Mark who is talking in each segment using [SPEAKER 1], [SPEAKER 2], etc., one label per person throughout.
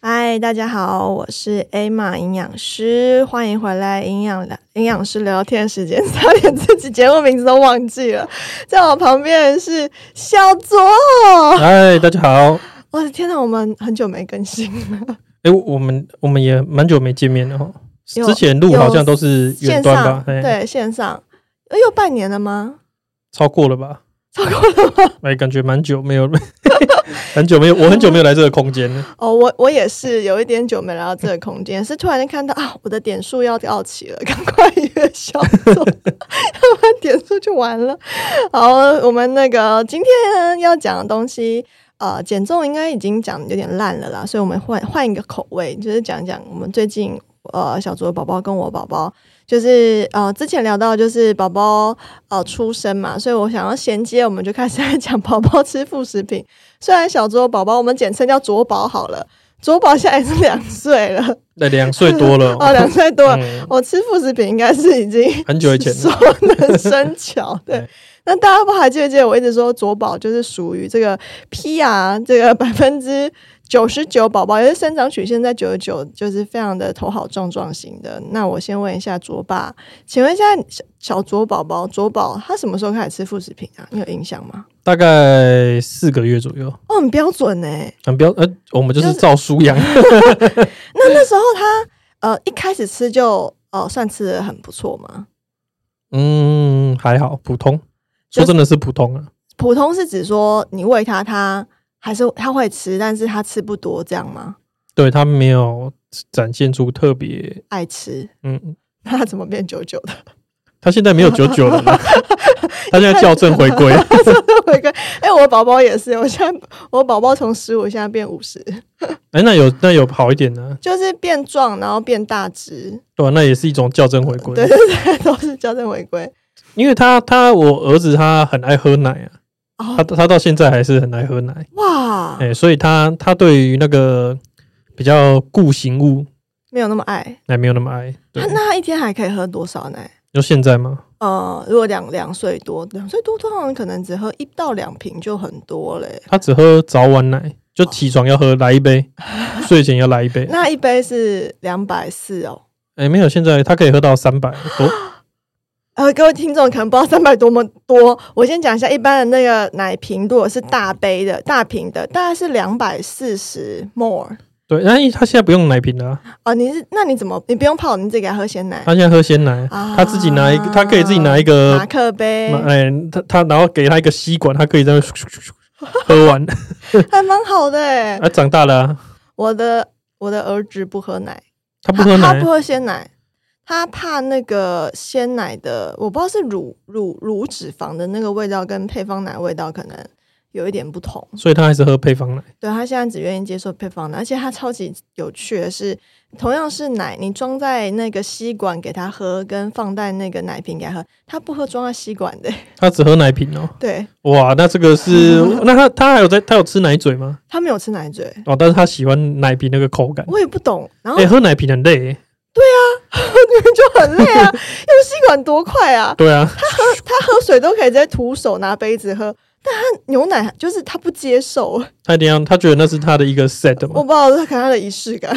[SPEAKER 1] 嗨，大家好，我是 Emma 营养师，欢迎回来营养聊营养师聊天时间， 差点自己节目名字都忘记了。在我旁边的是小左，
[SPEAKER 2] 嗨，大家好。
[SPEAKER 1] 我的天哪，我们很久没更新了，
[SPEAKER 2] 哎、我们我们也蛮久没见面了哈。哦
[SPEAKER 1] 有
[SPEAKER 2] 之前录好像都是远
[SPEAKER 1] 线
[SPEAKER 2] 端吧
[SPEAKER 1] 上？
[SPEAKER 2] 嘿，
[SPEAKER 1] 对线上，呃有半年了吗？
[SPEAKER 2] 超过了吧？超过了吗？哎、感觉蛮久没有，很久没有，我很久没有来这个空间了。
[SPEAKER 1] 哦，我我也是有一点久没来到这个空间，是突然间看到啊，我的点数要到期了，赶快约小左， 要不然点数就完了。好，我们那个今天要讲的东西，呃，减重应该已经讲得有点烂了啦，所以我们换换一个口味，就是讲讲我们最近呃小左的宝宝跟我宝宝。就是呃，之前聊到就是宝宝呃出生嘛，所以我想要衔接，我们就开始来讲宝宝吃副食品。虽然小左宝宝我们简称叫左宝好了，左宝现在也是两岁了，
[SPEAKER 2] 那两岁多 了
[SPEAKER 1] 哦，两岁多了。
[SPEAKER 2] 嗯，
[SPEAKER 1] 我吃副食品应该是已经
[SPEAKER 2] 很久以前
[SPEAKER 1] 熟
[SPEAKER 2] 了。嗯
[SPEAKER 1] 能生巧。对
[SPEAKER 2] 对，
[SPEAKER 1] 那大家不还记不记得我一直说左宝就是属于这个 PR 这个百分之九十九宝宝，也就是生长曲线在九十九，就是非常的头好壮壮型的。那我先问一下左爸，请问一下小小左宝宝左宝他什么时候开始吃副食品啊？你有印象吗？
[SPEAKER 2] 大概四个月左右，
[SPEAKER 1] 哦，很标准呢、
[SPEAKER 2] 很标呃，我们就是照书 养，
[SPEAKER 1] 那那时候他呃一开始吃就呃算吃的很不错嘛。
[SPEAKER 2] 嗯，还好，普通。
[SPEAKER 1] 就
[SPEAKER 2] 说真的是普通啊，
[SPEAKER 1] 普通是指说你喂他，他还是他会吃，但是他吃不多这样吗？
[SPEAKER 2] 对他没有展现出特别，
[SPEAKER 1] 爱吃，
[SPEAKER 2] 嗯，
[SPEAKER 1] 那他怎么变九九的？
[SPEAKER 2] 他现在没有九九了呢，他现在校正回 归。
[SPEAKER 1] 我一个哎、我宝宝也是，我现在我宝宝从十五现在变五十，
[SPEAKER 2] 哎、那有那有好一点呢、
[SPEAKER 1] 就是变壮，然后变大只，
[SPEAKER 2] 对吧、啊那也是一种校正回归。
[SPEAKER 1] 对对对，都是矫正违规。
[SPEAKER 2] 因为他他我儿子他很爱喝奶
[SPEAKER 1] 哦
[SPEAKER 2] 啊，他他到现在还是很爱喝奶，
[SPEAKER 1] 哇，
[SPEAKER 2] 哎、所以他他对于那个比较固形物
[SPEAKER 1] 没有那么爱。
[SPEAKER 2] 还没有那么爱。对
[SPEAKER 1] 他，啊那他一天还可以喝多少奶？
[SPEAKER 2] 就现在吗？
[SPEAKER 1] 呃，如果两两岁多，两岁多通常可能只喝一到两瓶就很多欸嘞。
[SPEAKER 2] 他只喝早晚奶，就起床要喝来一杯，睡前要来一杯。
[SPEAKER 1] 那一杯是两百四哦。
[SPEAKER 2] 哎、没有，现在他可以喝到三百哦多，
[SPEAKER 1] 呃，各位听众可能不知道三百多么多，我先讲一下，一般的那个奶瓶如果是大杯的、大瓶的，大概是两百四十 more。
[SPEAKER 2] 对，那他现在不用奶瓶了啊、
[SPEAKER 1] 哦，你是那你怎么你不用泡，你自己给他喝鲜奶
[SPEAKER 2] 他现在喝鲜奶，
[SPEAKER 1] 啊
[SPEAKER 2] 他自己拿一个，他可以自己拿一个
[SPEAKER 1] 马克杯，
[SPEAKER 2] 呃哎、他他然后给他一个吸管，他可以在那咻咻咻咻 喝完。
[SPEAKER 1] 还蛮好的欸。
[SPEAKER 2] 啊，长大了啊、
[SPEAKER 1] 我的我的儿子不喝奶，
[SPEAKER 2] 他不
[SPEAKER 1] 他
[SPEAKER 2] 喝奶
[SPEAKER 1] 啊他不，喝鲜奶，他怕那个鲜奶的，我不知道是乳乳乳脂肪的那个味道跟配方奶味道可能有一点不同。
[SPEAKER 2] 所以他还是喝配方奶。
[SPEAKER 1] 对他现在只愿意接受配方奶，而且他超级有趣的是，同样是奶，你装在那个吸管给他喝，跟放在那个奶瓶给他喝，他不喝装在吸管的。
[SPEAKER 2] 他只喝奶瓶哦。
[SPEAKER 1] 对
[SPEAKER 2] 哇，那这 个是，那他他还有在，他有吃奶嘴吗？
[SPEAKER 1] 他没有吃奶嘴，
[SPEAKER 2] 哦，但是他喜欢奶瓶那个口感。
[SPEAKER 1] 我也不懂。然后
[SPEAKER 2] 哎、喝奶瓶很累耶。
[SPEAKER 1] 就很累啊，用 吸管多快啊！
[SPEAKER 2] 对啊，
[SPEAKER 1] 他喝水都可以直接徒手拿杯子喝，但他牛奶就是他不接受，
[SPEAKER 2] 他一定要，他觉得那是他的一个 set
[SPEAKER 1] 我
[SPEAKER 2] 嘛。
[SPEAKER 1] 不知道是可能他的仪式感。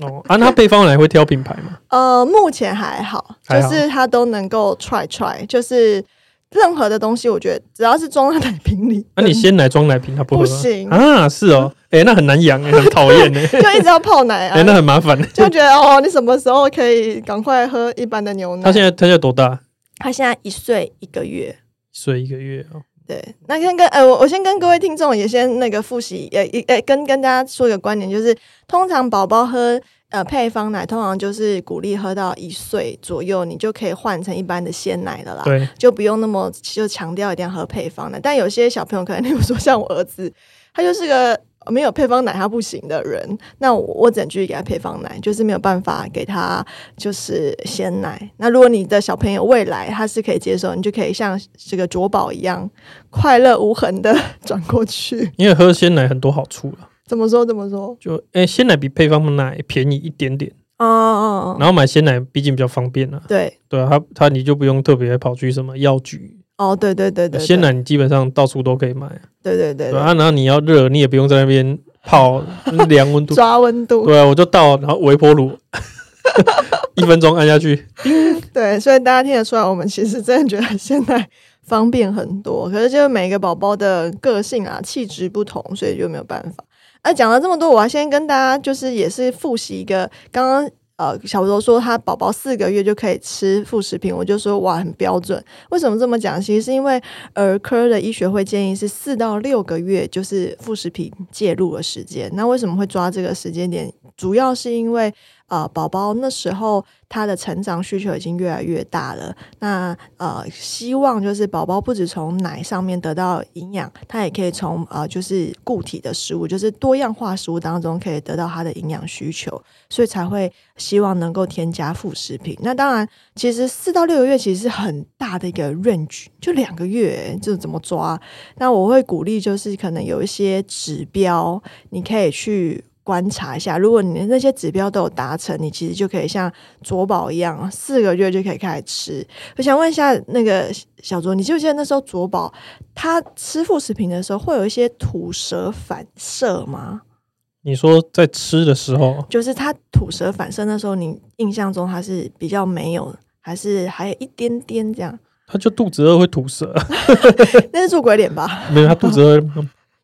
[SPEAKER 2] 哦，啊，那他配方奶会挑品牌嘛？
[SPEAKER 1] 呃，目前还好，就
[SPEAKER 2] 还好
[SPEAKER 1] 是他都能够 try try，就是任何的东西，我觉得只要是装在奶瓶里，
[SPEAKER 2] 那、啊你鲜奶装奶瓶，他不喝、啊。
[SPEAKER 1] 不行
[SPEAKER 2] 啊，是哦。哎、那很难养、哎很讨厌呢。
[SPEAKER 1] 就一直要泡奶
[SPEAKER 2] 哎、那
[SPEAKER 1] 啊，
[SPEAKER 2] 很麻 烦。
[SPEAKER 1] 就觉得哦，你什么时候可以赶快喝一般的牛奶？
[SPEAKER 2] 他现在他现在多大？
[SPEAKER 1] 他现在一岁一个月。
[SPEAKER 2] 睡一个月哦。
[SPEAKER 1] 对，那先跟呃，我我先跟各位听众也先那个复习，也也也跟跟大家说一个观点，就是通常宝宝喝呃配方奶，通常就是鼓励喝到一岁左右，你就可以换成一般的鲜奶了啦。
[SPEAKER 2] 对，
[SPEAKER 1] 就不用那么就强调一定要喝配方奶。但有些小朋友可能，例 如说像我儿子，他就是个没有配方奶他不行的人，那我我只能继续给他配方奶，就是没有办法给他就是鲜奶。那如果你的小朋友未来他是可以接受，你就可以像这个卓宝一样快乐无痕的 转过去。
[SPEAKER 2] 因为喝鲜奶很多好处了。
[SPEAKER 1] 怎么说？怎么说？
[SPEAKER 2] 就哎，鲜、奶比配方奶便宜一点点，
[SPEAKER 1] 哦哦哦，
[SPEAKER 2] 然后买鲜奶毕竟比较方便啊。
[SPEAKER 1] 对，
[SPEAKER 2] 对啊，他他你就不用特别跑去什么药局
[SPEAKER 1] 哦对对对对，对
[SPEAKER 2] 鲜，奶你基本上到处都可以买，
[SPEAKER 1] 对对对
[SPEAKER 2] 对啊
[SPEAKER 1] 对
[SPEAKER 2] 啊，然后你要热，你也不用在那边泡量温度。
[SPEAKER 1] 抓温度。
[SPEAKER 2] 对啊，我就倒，然后微波炉， 一分钟按下去。
[SPEAKER 1] 对，所以大家听得出来，我们其实真的觉得现在方便很多，可是就是每个宝宝的个性啊、气质不同，所以就没有办法。那讲了这么多，我要先跟大家就是也是复习一个刚刚。呃，小柔说他宝宝四个月就可以吃副食品，我就说哇，很标准。为什么这么讲？其实是因为儿科的医学会建议是四到六个月，就是副食品介入的时间。那为什么会抓这个时间点？主要是因为呃，宝宝那时候他的成长需求已经越来越大了。那呃，希望就是宝宝不止从奶上面得到营养，他也可以从呃就是固体的食物，就是多样化食物当中可以得到他的营养需求，所以才会希望能够添加副食品。那当然，其实四到六个月其实是很大的一个 range，就两个月欸，这怎么抓？那我会鼓励就是可能有一些指标，你可以去。观察一下，如果你的那些指标都有达成，你其实就可以像卓宝一样，四个月就可以开始吃。我想问一下，那个小卓，你记不记得那时候卓宝他吃副食品的时候，会有一些吐舌反射吗？
[SPEAKER 2] 你说在吃的时候，
[SPEAKER 1] 就是他吐舌反射那时候，你印象中他是比较没有，还是还有一点点这样？
[SPEAKER 2] 他就肚子饿会吐舌，
[SPEAKER 1] 那是做鬼脸吧？
[SPEAKER 2] 没有他肚子饿，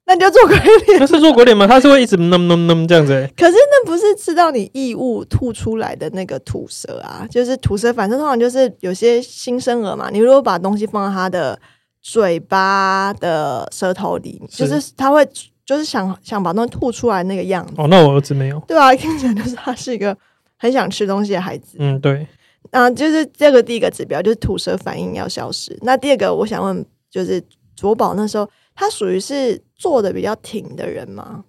[SPEAKER 1] 那你就做鬼脸。
[SPEAKER 2] 那是做鬼脸吗？他是会一直嗯嗯嗯这样子、欸。
[SPEAKER 1] 可是那不是吃到你异物吐出来的那个吐舌啊，就是吐舌，反正通常就是有些新生儿嘛，你如果把东西放到他的嘴巴的舌头里，
[SPEAKER 2] 是
[SPEAKER 1] 就是他会就是想想把东西吐出来那个样子，
[SPEAKER 2] 哦，那我儿子没有。
[SPEAKER 1] 对啊， 听起来就是他是一个很想吃东西的孩子。
[SPEAKER 2] 嗯，对，
[SPEAKER 1] 啊，就是这个第一个指标就是吐舌反应要消失。那第二个我想问，就是卓宝那时候他属于是坐的比较挺的人吗？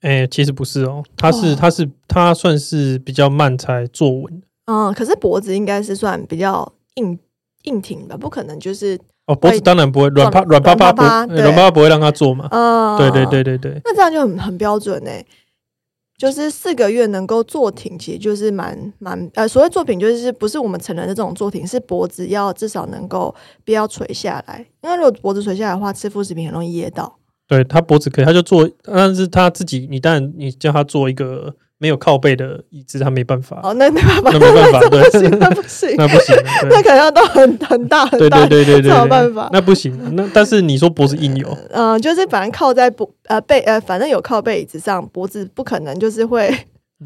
[SPEAKER 2] 哎、其实不是哦，他
[SPEAKER 1] 哦
[SPEAKER 2] 是他是他算是比较慢才坐稳的
[SPEAKER 1] 嗯，可是脖子应该是算比较硬硬挺吧，不可能就是
[SPEAKER 2] 哦，脖
[SPEAKER 1] 会
[SPEAKER 2] 子当然不会软趴
[SPEAKER 1] 软
[SPEAKER 2] 软趴趴不
[SPEAKER 1] 趴趴
[SPEAKER 2] 哎
[SPEAKER 1] 对
[SPEAKER 2] 软趴趴不会让他坐嘛。
[SPEAKER 1] 啊，
[SPEAKER 2] 对对，对对对，
[SPEAKER 1] 那这样就很很标准哎、就是四个月能够坐挺，其实就是蛮蛮呃，所谓坐挺就是不是我们成人的这种坐挺，是脖子要至少能够不要垂下来，因为如果脖子垂下来的话，吃副食品很容易噎到。
[SPEAKER 2] 对他脖子可以，他就坐，但是他自己，你当然你叫他坐一个没有靠背的椅子，他没办法，
[SPEAKER 1] 哦，那没办法，
[SPEAKER 2] 那没办 法
[SPEAKER 1] 那不行，
[SPEAKER 2] 对
[SPEAKER 1] 那不行，
[SPEAKER 2] 那不行，
[SPEAKER 1] 那可能要到很很大很
[SPEAKER 2] 对对
[SPEAKER 1] 大
[SPEAKER 2] 对对 对对，
[SPEAKER 1] 这有办法
[SPEAKER 2] 那不行，啊那但是你说脖子硬有，
[SPEAKER 1] 嗯，就是反正靠在脖呃背呃，反正有靠背椅子上，脖子不可能就是会，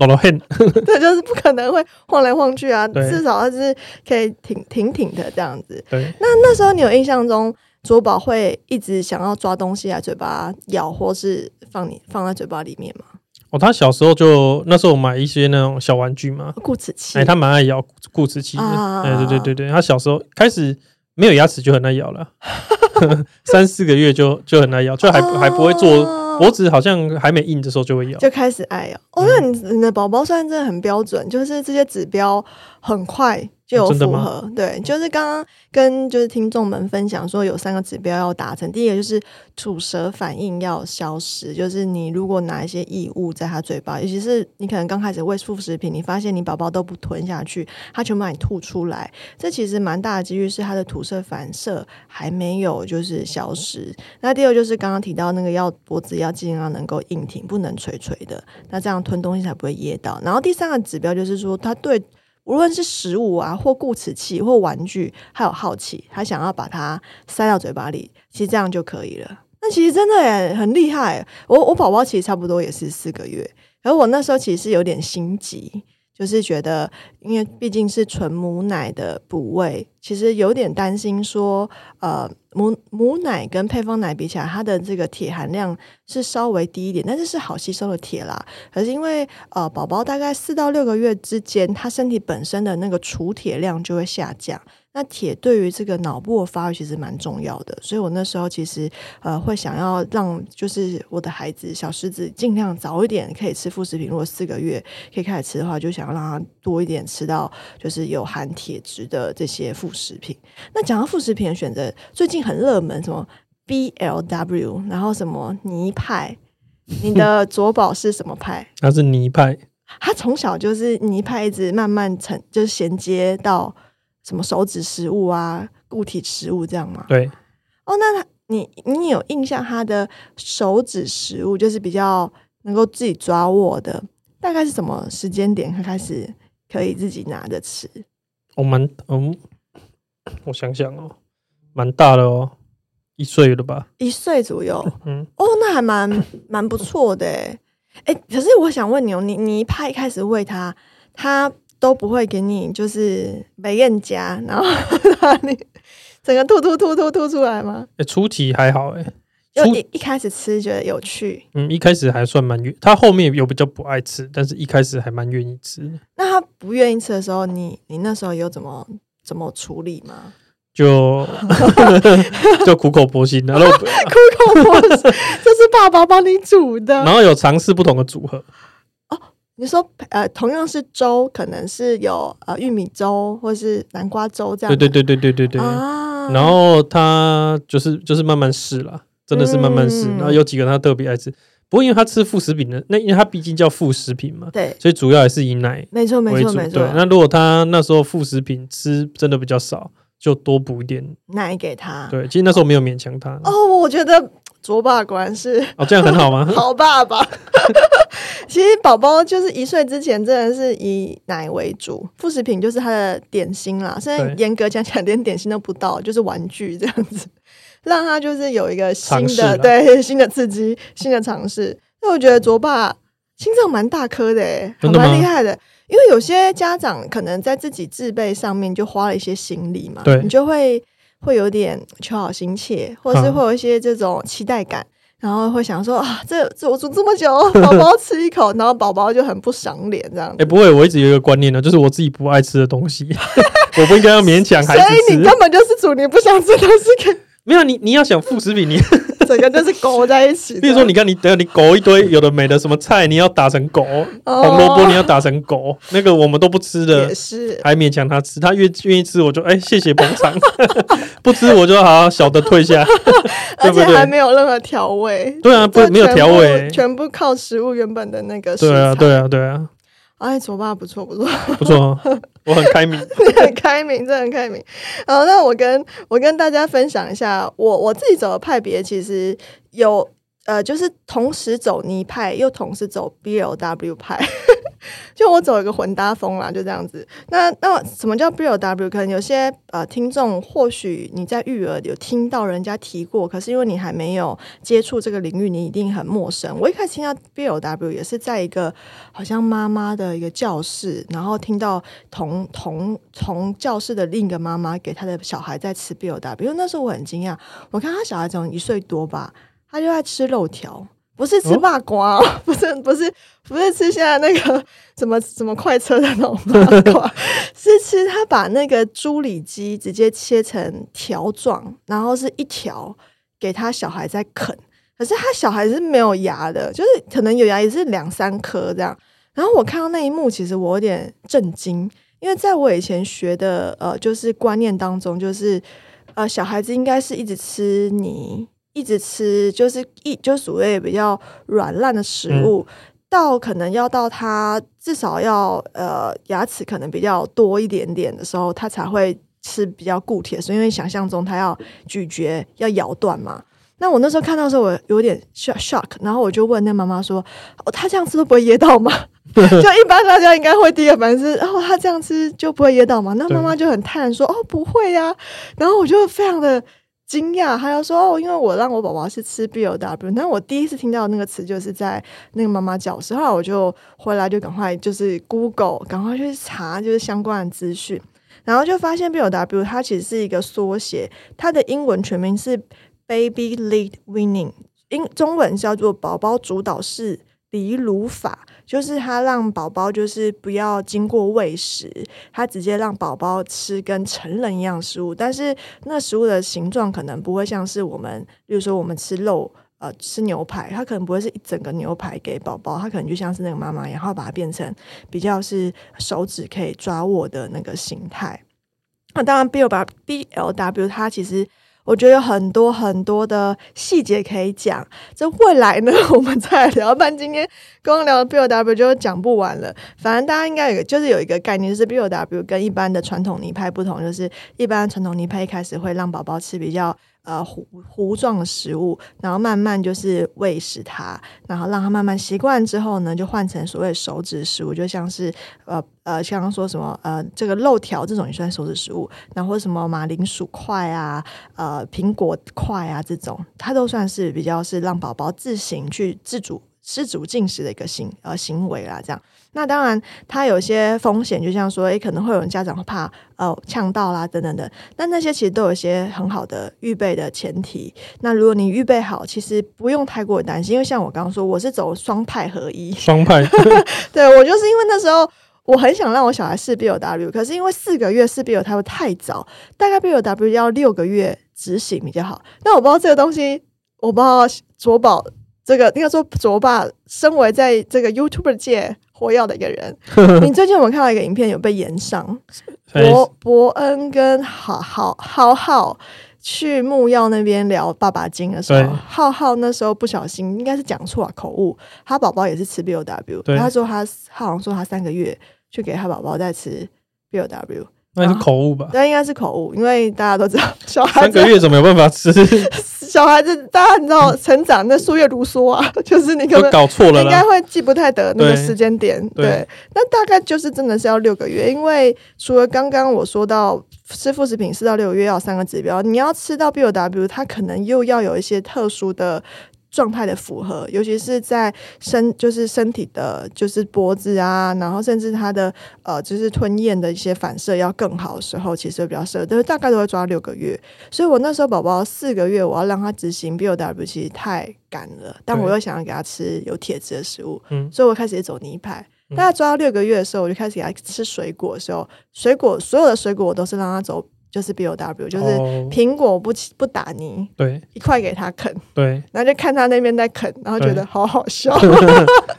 [SPEAKER 2] 老了很，
[SPEAKER 1] 对，就是不可能会晃来晃去啊。
[SPEAKER 2] 对
[SPEAKER 1] 至少它是可以挺挺挺的这样子。
[SPEAKER 2] 对，
[SPEAKER 1] 那时候你有印象中，卓宝会一直想要抓东西来嘴巴咬，或是放你放在嘴巴里面吗？
[SPEAKER 2] 哦，他小时候就那时候买一些那种小玩具嘛，
[SPEAKER 1] 固齿期，
[SPEAKER 2] 哎、他蛮爱咬固齿器的，
[SPEAKER 1] 啊
[SPEAKER 2] 哎、对对对对，他小时候开始没有牙齿就很爱咬 了，三四个月就就很爱咬，就还、还不会做。
[SPEAKER 1] 哦
[SPEAKER 2] 脖子好像还没嗯硬的时候就会咬，
[SPEAKER 1] 啊就开始爱哦。哦，那你你的宝宝算真的很标准，就是这些指标很快就有
[SPEAKER 2] 哦真的
[SPEAKER 1] 符
[SPEAKER 2] 吗
[SPEAKER 1] 合。对，就是刚刚跟就是听众们分享说有三个指标要达成，第一个就是吐舌反应要消失，就是你如果拿一些异物在他嘴巴，尤其是你可能刚开始喂副食品，你发现你宝宝都不吞下去，他全部把你吐出来，这其实蛮大的机遇是他的吐舌反射还没有就是消失。那第二就是刚刚提到那个要脖子要尽量能够硬挺，不能垂垂的，那这样吞东西才不会噎到。然后第三个指标就是说他对。无论是食物啊，或固齿器，或玩具，还有好奇，他想要把它塞到嘴巴里，其实这样就可以了。那其实真的耶很厉害。我我宝宝其实差不多也是四个月，而我那时候其实是有点心急，就是觉得因为毕竟是纯母奶的补喂，其实有点担心说，呃，母母奶跟配方奶比起来，它的这个铁含量是稍微低一点，但是是好吸收的铁啦。可是因为呃，宝宝大概四到六个月之间，他身体本身的那个储铁量就会下降。那铁对于这个脑部的发育其实蛮重要的，所以我那时候其实呃会想要让就是我的孩子小狮子尽量早一点可以吃副食品，如果四个月可以开始吃的话，就想要让他多一点吃到就是有含铁质的这些副食品。那讲到副食品的选择，最近很热门，什么 BLW，然后什么泥派，你的左宝是什么派？
[SPEAKER 2] 他是泥派，
[SPEAKER 1] 他从小就是泥派，一直慢慢成，就是衔接到什么手指食物啊、固体食物这样吗？
[SPEAKER 2] 对，
[SPEAKER 1] 哦，那他你你有印象他的手指食物就是比较能够自己抓握的，大概是什么时间点开始可以自己拿着吃？
[SPEAKER 2] 我蛮嗯，我想想哦，蛮大的哦，一岁了吧？
[SPEAKER 1] 一岁左右，
[SPEAKER 2] 嗯，
[SPEAKER 1] 哦，那还蛮 蛮不错的诶。哎、可是我想问你哦，你你一派一开始喂它，它都不会给你就是没人夹，然后 让你整个吐吐吐吐吐出来吗？
[SPEAKER 2] 诶欸初期还好哎，
[SPEAKER 1] 就
[SPEAKER 2] 初
[SPEAKER 1] 一一开始吃觉得有趣，
[SPEAKER 2] 嗯一开始还算蛮愿，他后面有比较不爱吃，但是一开始还蛮愿意吃的，
[SPEAKER 1] 那它不愿意吃的时候，你你那时候有怎么怎么处理吗？
[SPEAKER 2] 就 就苦口婆心，然后
[SPEAKER 1] 苦口婆心，这是爸爸帮你煮的。
[SPEAKER 2] 然后有尝试不同的组合，
[SPEAKER 1] 你说呃，同样是粥，可能是有呃玉米粥或是南瓜粥这样
[SPEAKER 2] 对
[SPEAKER 1] 的。
[SPEAKER 2] 对对对对对对，
[SPEAKER 1] 啊，
[SPEAKER 2] 然后他就是就是慢慢试啦，真的是慢慢试。
[SPEAKER 1] 嗯
[SPEAKER 2] 然后有几个他特别爱吃，不过因为他吃副食品的，那因为他毕竟叫副食品嘛，
[SPEAKER 1] 对，
[SPEAKER 2] 所以主要还是以奶
[SPEAKER 1] 没错没
[SPEAKER 2] 为
[SPEAKER 1] 错
[SPEAKER 2] 主。
[SPEAKER 1] 没
[SPEAKER 2] 对，
[SPEAKER 1] 错，
[SPEAKER 2] 那如果他那时候副食品吃真的比较少，就多补一点。
[SPEAKER 1] 奶给他。
[SPEAKER 2] 对，其实那时候没有勉强他。
[SPEAKER 1] 啊哦，我觉得卓爸果然是
[SPEAKER 2] 哦，这样很 好吗？
[SPEAKER 1] 好爸爸。其实宝宝就是一岁之前真的是以奶为主，副食品就是他的点心啦。现在
[SPEAKER 2] 对
[SPEAKER 1] 严格讲起来，连点心都不到，就是玩具这样子，让他就是有一个新
[SPEAKER 2] 尝试
[SPEAKER 1] 的
[SPEAKER 2] 啦
[SPEAKER 1] 对新的刺激、新的尝试。那我觉得卓爸心脏蛮大颗的、欸，还
[SPEAKER 2] 真的吗
[SPEAKER 1] 蛮厉害的。因为有些家长可能在自己自备上面就花了一些心力嘛，
[SPEAKER 2] 对
[SPEAKER 1] 你就会会有点求好心切，或者是
[SPEAKER 2] 嗯
[SPEAKER 1] 会有一些这种期待感。然后会想说啊，这这我煮这么久，宝宝吃一口，然后宝宝就很不赏脸这样
[SPEAKER 2] 哎，
[SPEAKER 1] 子，
[SPEAKER 2] 不会，我一直有一个观念呢，就是我自己不爱吃的 东西，我哎不应该要勉强
[SPEAKER 1] 所
[SPEAKER 2] 孩子
[SPEAKER 1] 以
[SPEAKER 2] 吃
[SPEAKER 1] 你。根本就是煮你不想吃的是
[SPEAKER 2] 没有，你你要想副食 品，你
[SPEAKER 1] 给整个就是勾在一起的。
[SPEAKER 2] 比 如说，你看你等你狗一堆有的没的，什么菜你要打成狗，
[SPEAKER 1] 哦
[SPEAKER 2] 红萝卜你要打成 狗，那个我们都不吃的啊
[SPEAKER 1] 也，是，
[SPEAKER 2] 还勉强他吃，他越愿意吃我就哎、谢谢捧场， 不吃我就好好小的退下，对
[SPEAKER 1] 而
[SPEAKER 2] 不
[SPEAKER 1] 且还
[SPEAKER 2] 对？
[SPEAKER 1] 没有任何调味。
[SPEAKER 2] 对啊，不
[SPEAKER 1] 这
[SPEAKER 2] 没有
[SPEAKER 1] 全
[SPEAKER 2] 调
[SPEAKER 1] 部
[SPEAKER 2] 味，
[SPEAKER 1] 全部靠食物原本的那个食
[SPEAKER 2] 对啊
[SPEAKER 1] 材。
[SPEAKER 2] 对啊对啊，
[SPEAKER 1] 哎，卓爸不错不错，啊
[SPEAKER 2] 不错哦， 我很开 明，
[SPEAKER 1] 很开明，真的很开明。好，那我跟我跟大家分享一下，我我自己走的派别其实有呃，就是同时走泥派，又同时走 BLW 派。 就我走一个混搭风啦，就这样子。那那什么叫 BLW？可能有些呃听众或许你在育儿有听到人家提过，可是因为你还没有接触这个领域，你一定很陌生。我一开始听到 BLW 也是在一个好像妈妈的一个教室，然后听到同同同教室的另一个妈妈给她的小孩在吃 BLW，因为那时候我很惊讶，我看她小孩只有一岁多吧，她就在吃肉条。不是吃
[SPEAKER 2] 哦
[SPEAKER 1] 霸瓜、哦， 不是不是不是吃现在那个什么什么快车的那种八卦，是吃他把那个猪里脊直接切成条状，然后是一条给他小孩在啃，可是他小孩是没有牙的，就是可能有牙也是两三颗这样。然后我看到那一幕，其实我有点震惊，因为在我以前学的呃，就是观念当中，就是呃，小孩子应该是一直吃泥，一直吃就是一就所谓比较软烂的食物，到可能要到他至少要呃牙齿可能比较多一点点的时候，他才会吃比较固体的食物，因为想象中他要咀嚼要咬断嘛。那我那时候看到的时候，我有点 shock shock，然后我就问那妈妈说：“哦，他这样吃都不会噎到吗？” 就一般大家应该会第一个反应是：“哦，他这样吃就不会噎到吗？”那
[SPEAKER 2] 对
[SPEAKER 1] 妈妈就很坦然说：“哦，不会呀、然后我就非常的惊讶，他就说：“哦，因为我让我宝宝是吃 BLW，但我第一次听到那个词就是在那个妈妈教室。后来我就回来就赶快就是 Google，赶快去查就是相关的资讯，然后就发现 BLW 它其实是一个缩写，它的英文全名是 Baby Lead Winning，英中文叫做宝宝主导式离乳法，就是它让宝宝就是不要经过喂食，它直接让宝宝吃跟成人一样的食物，但是那食物的形状可能不会像是我们，比如说我们吃肉。呃，吃牛排，它可能不会是一整个牛排给宝宝，它可能就像是那个妈妈一样，然后把它变成比较是手指可以抓握的那个形态。那当然，B L W B L W 它其实我觉得有很多很多的细节可以讲，这未来呢 我们再来聊。不然今天光聊 B L W 就讲不完了。反正大家应该有个就是有一个概念，就是 B L W 跟一般的传统泥派不同，就是一般传统泥派一开始会让宝宝吃比较呃糊糊状的食物，然后慢慢就是喂食它，然后让它慢慢习惯之后呢，就换成所谓手指食物，就像是呃呃，像刚说什么呃这个肉条这种也算手指食物，然后或者什么马铃薯块啊、呃苹果块啊这种，它都算是比较是让宝宝自行去自主。自主进食的一个行呃行为啦，这样。那当然，它有些风险，就像说，诶，可能会有人家长会怕呃呛到啦，等等等。但那些其实都有一些很好的预备的前提。那如果你预备好，其实不用太过担心，因为像我刚刚说，我是走双派合一，
[SPEAKER 2] 双派
[SPEAKER 1] 对我就是因为那时候我很想让我小孩试 BOW，可是因为四个月试 BOW 太早，大概 BOW 要六个月执行比较好。那我不知道这个东西，我不知道卓宝这个应该说卓爸，身为在这个 YouTuber 界活跃的一个人，你最近有没有看到一个影片有被延上？
[SPEAKER 2] 哎
[SPEAKER 1] 伯伯恩跟好好浩浩去木曜那边聊爸爸经的时
[SPEAKER 2] 对
[SPEAKER 1] 候，浩浩那时候不小心应该是讲错了口误，他宝宝也是吃 BOW，
[SPEAKER 2] 对
[SPEAKER 1] 他说他他好像说他三个月就给他宝宝在吃 BOW，
[SPEAKER 2] 那是口误吧？
[SPEAKER 1] 但应该是口误，因为大家都知道小孩
[SPEAKER 2] 三
[SPEAKER 1] 子
[SPEAKER 2] 个月怎么有办法吃？
[SPEAKER 1] 小孩子大家你知道成长那岁月如梭啊， 就是你可
[SPEAKER 2] 都
[SPEAKER 1] 能
[SPEAKER 2] 搞错了
[SPEAKER 1] 应该
[SPEAKER 2] 啦。
[SPEAKER 1] 会记不太得那个
[SPEAKER 2] 对
[SPEAKER 1] 时间点。
[SPEAKER 2] 对
[SPEAKER 1] 对，那大概就是真的是要六个月，因为除了刚刚我说到吃副食品四到六个月要有三个指标，你要吃到 BOW，它可能又要有一些特殊的。状态的符合，尤其是在身就是身体的，就是脖子啊，然后甚至它的呃，就是吞咽的一些反射要更好的时候，其实会比较适合，但是大概都会抓六个月。所以我那时候宝宝四个月，我要让他执行 BOW，其实太赶了，但
[SPEAKER 2] 对
[SPEAKER 1] 我又想要给他吃有铁质的食物，
[SPEAKER 2] 嗯
[SPEAKER 1] 所以我开始也走泥派。
[SPEAKER 2] 嗯
[SPEAKER 1] 大概抓到六个月的时候，我就开始给他吃水果的时候，水果所有的水果我都是让他走，就是 BOW，就是
[SPEAKER 2] 哦
[SPEAKER 1] 苹果不起不打泥，
[SPEAKER 2] 对
[SPEAKER 1] 一块给他啃，
[SPEAKER 2] 对
[SPEAKER 1] 然后就看他那边在啃，然后觉
[SPEAKER 2] 对
[SPEAKER 1] 得好好笑。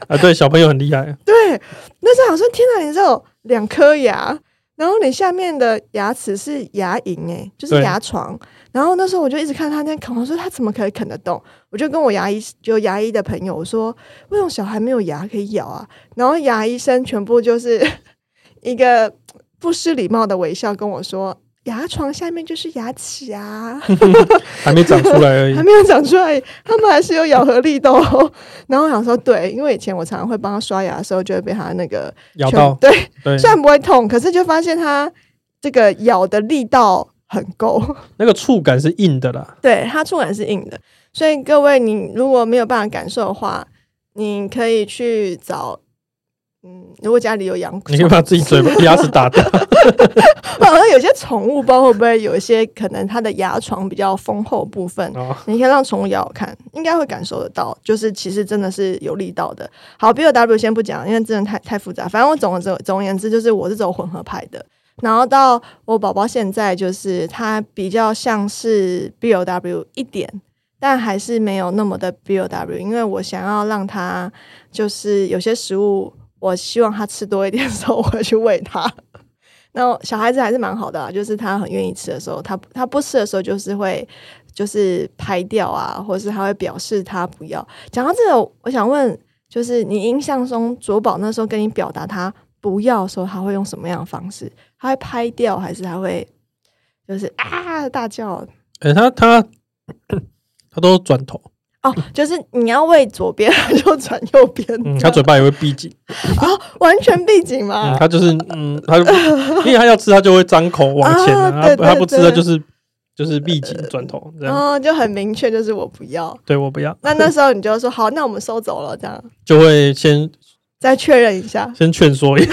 [SPEAKER 2] 啊，对，小朋友很厉害，
[SPEAKER 1] 对，那时候想说，天哪，你只有两颗牙，然后你下面的牙齿是牙龈，哎，就是
[SPEAKER 2] 对
[SPEAKER 1] 牙床。然后那时候我就一直看他在啃，我说他怎么可以啃得动？我就跟我牙医，就牙医的朋友我说，为什么小孩没有牙可以咬啊？然后牙医生全部就是 一个不失礼貌的微笑跟我说，牙床下面就是牙齿啊。
[SPEAKER 2] 还没长出来而 已
[SPEAKER 1] 还。没有长出来，他们还是有咬合力的、哦。 然后我想说，对，因为以前我常常会帮他刷牙的时候，就会被他那个
[SPEAKER 2] 咬
[SPEAKER 1] 全
[SPEAKER 2] 到，
[SPEAKER 1] 对，
[SPEAKER 2] 对，
[SPEAKER 1] 虽然不会痛，可是就发现它这个咬的力道很够，
[SPEAKER 2] 那个触感是硬的啦。
[SPEAKER 1] 对，它触感是硬的。所以各位，你如果没有办法感受的话，你可以去找。嗯，如果家里有养
[SPEAKER 2] 你 可以把自己嘴巴牙齿打掉，
[SPEAKER 1] 好像有些宠物，包括会不会有一些可能它的牙床比较丰厚的部分，
[SPEAKER 2] 哦，
[SPEAKER 1] 你可以让宠物咬咬看，应该会感受得到，就是其实真的是有力道的。好，B O W 先不讲，因为真的太太复杂。反正我总总总而言之，就是我是走混合派的。然后到我宝宝现在，就是他比较像是 B O W 一点，但还是没有那么的 B O W，因为我想要让他就是有些食物，我希望他吃多一点的时候，我会去喂他。那小孩子还是蛮好的啦，就是他很愿意吃的时候，他他不吃的时候，就是会就是拍掉啊，或是他会表示他不要。讲到这个，我想问，就是你印象中卓宝那时候跟你表达他不要的时候，他会用什么样的方式？他会拍掉，还是他会就是啊大叫？
[SPEAKER 2] 哎，他他 他都转头，
[SPEAKER 1] 哦，就是你要喂左边，他就转右边，哦
[SPEAKER 2] 嗯，他嘴巴也会闭紧，
[SPEAKER 1] 完全闭紧吗？
[SPEAKER 2] 嗯，他就是嗯，他 因为他要吃，他就会张口往前啊，
[SPEAKER 1] 啊
[SPEAKER 2] 他
[SPEAKER 1] 对
[SPEAKER 2] 不他
[SPEAKER 1] 对
[SPEAKER 2] 不吃，
[SPEAKER 1] 对呃
[SPEAKER 2] 他就是就是闭紧转头这样。
[SPEAKER 1] 哦，就很明确，就是我不要。
[SPEAKER 2] 对我不要，
[SPEAKER 1] 那那时候你就说好，那我们收走了，这样
[SPEAKER 2] 就会先
[SPEAKER 1] 再确认一下。
[SPEAKER 2] 先劝说一下，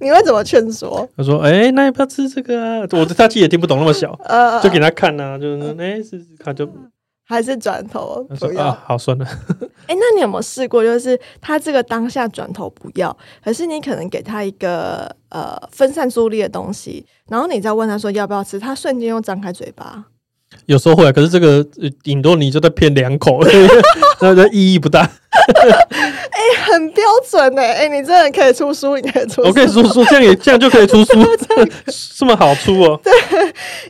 [SPEAKER 1] 你会怎么劝说？
[SPEAKER 2] 他说：“哎，那要不要吃这个啊？”我他自己也听不懂那 么小，
[SPEAKER 1] 呃，
[SPEAKER 2] 就给他看啊，就是哎试试看，就
[SPEAKER 1] 还是转头
[SPEAKER 2] 他
[SPEAKER 1] 嗯不
[SPEAKER 2] 说
[SPEAKER 1] 要？
[SPEAKER 2] 啊，好算了，
[SPEAKER 1] 哎、那你有没有试过，就是他这个当下转头不要，可是你可能给他一个呃分散注意力的东西，然后你再问他说要不要吃，他瞬间又张开嘴巴。
[SPEAKER 2] 有时候会啊，可是这个呃顶多你就在骗两口， 那那意义不大。
[SPEAKER 1] 很标准呢、欸，哎、你真的可以出书，你可以出书。
[SPEAKER 2] 我跟你说说，这样也这样就可以 出书，这么好出哦。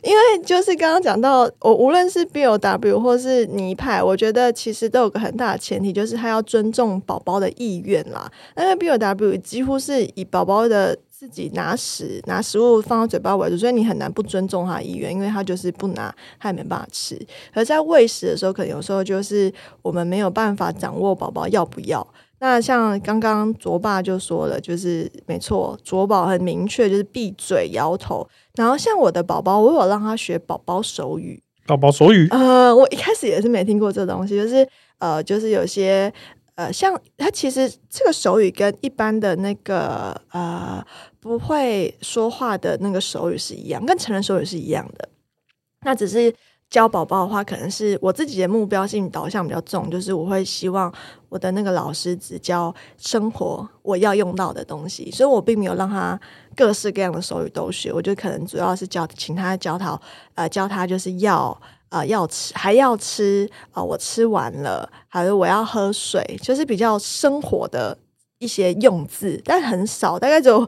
[SPEAKER 1] 因为就是刚刚讲到，我无论是 B O W 或是泥派，我觉得其实都有个很大的前提，就是他要尊重宝宝的意愿啦。那因为 B O W 几乎是以宝宝的自己拿食拿食物放到嘴巴为主，所以你很难不尊重他的意愿，因为他就是不拿，他也没办法吃。而在喂食的时候，可能有时候就是我们没有办法掌握宝宝要不要。那像刚刚卓爸就说了，就是没错，卓宝很明确，就是闭嘴、摇头。然后像我的宝宝，我有让他学宝宝手语，
[SPEAKER 2] 宝宝手语，
[SPEAKER 1] 呃，我一开始也是没听过这东西，就是呃，就是有些呃，像它其实这个手语跟一般的那个呃不会说话的那个手语是一样，跟成人手语是一样的。那只是教宝宝的话，可能是我自己的目标性导向比较重，就是我会希望我的那个老师只教生活我要用到的东西，所以我并没有让他各式各样的手语都学，我就可能主要是教请他教他呃教他就是要。呃，要吃还要吃啊、呃我吃完了，还有我要喝水，就是比较生活的一些用字，但很少，大概只有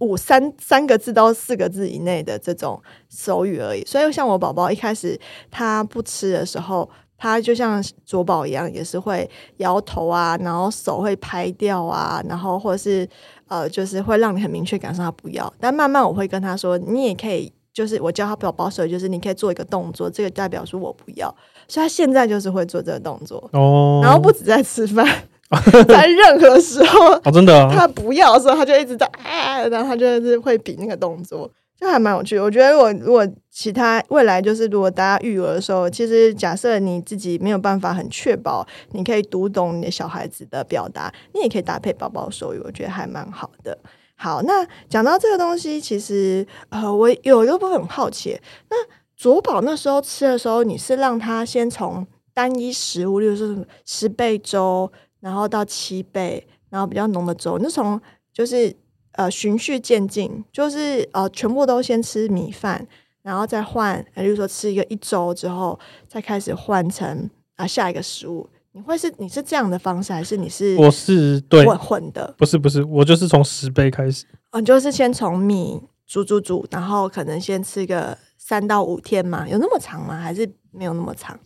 [SPEAKER 1] 五三三个字到四个字以内的这种手语而已。所以像我宝宝一开始他不吃的时候，他就像卓宝一样，也是会摇头啊，然后手会拍掉啊，然后或者是呃，就是会让你很明确感受他不要。但慢慢我会跟他说，你也可以。就是我教他宝宝手语，就是你可以做一个动作，这个代表说我不要，所以他现在就是会做这个动作，
[SPEAKER 2] 哦，
[SPEAKER 1] 然后不止在吃饭， 在任何时候
[SPEAKER 2] 哦，真的啊，
[SPEAKER 1] 他不要的时候，他就一直在啊，然后他就是会比那个动作，就还蛮有趣的。我觉得我如果其他未来就是如果大家育儿的时候，其实假设你自己没有办法很确保你可以读懂你的小孩子的表达，你也可以搭配宝宝手语，我觉得还蛮好的。好，那讲到这个东西，其实呃，我有一个部分很好奇，那卓宝那时候吃的时候，你是让他先从单一食物，例如说什么十倍粥，然后到七倍，然后比较浓的粥，你是从就是呃循序渐进，就是呃全部都先吃米饭，然后再换，呃例如说吃一个一周之后，再开始换成啊、下一个食物。你会是你是这样的方式，还是你是
[SPEAKER 2] 我是对，
[SPEAKER 1] 混混的？
[SPEAKER 2] 不是不是，我就是从十杯开始，
[SPEAKER 1] 嗯，就是先从米煮煮煮，然后可能先吃个三到五天嘛，有那么长吗？还是没有那么长？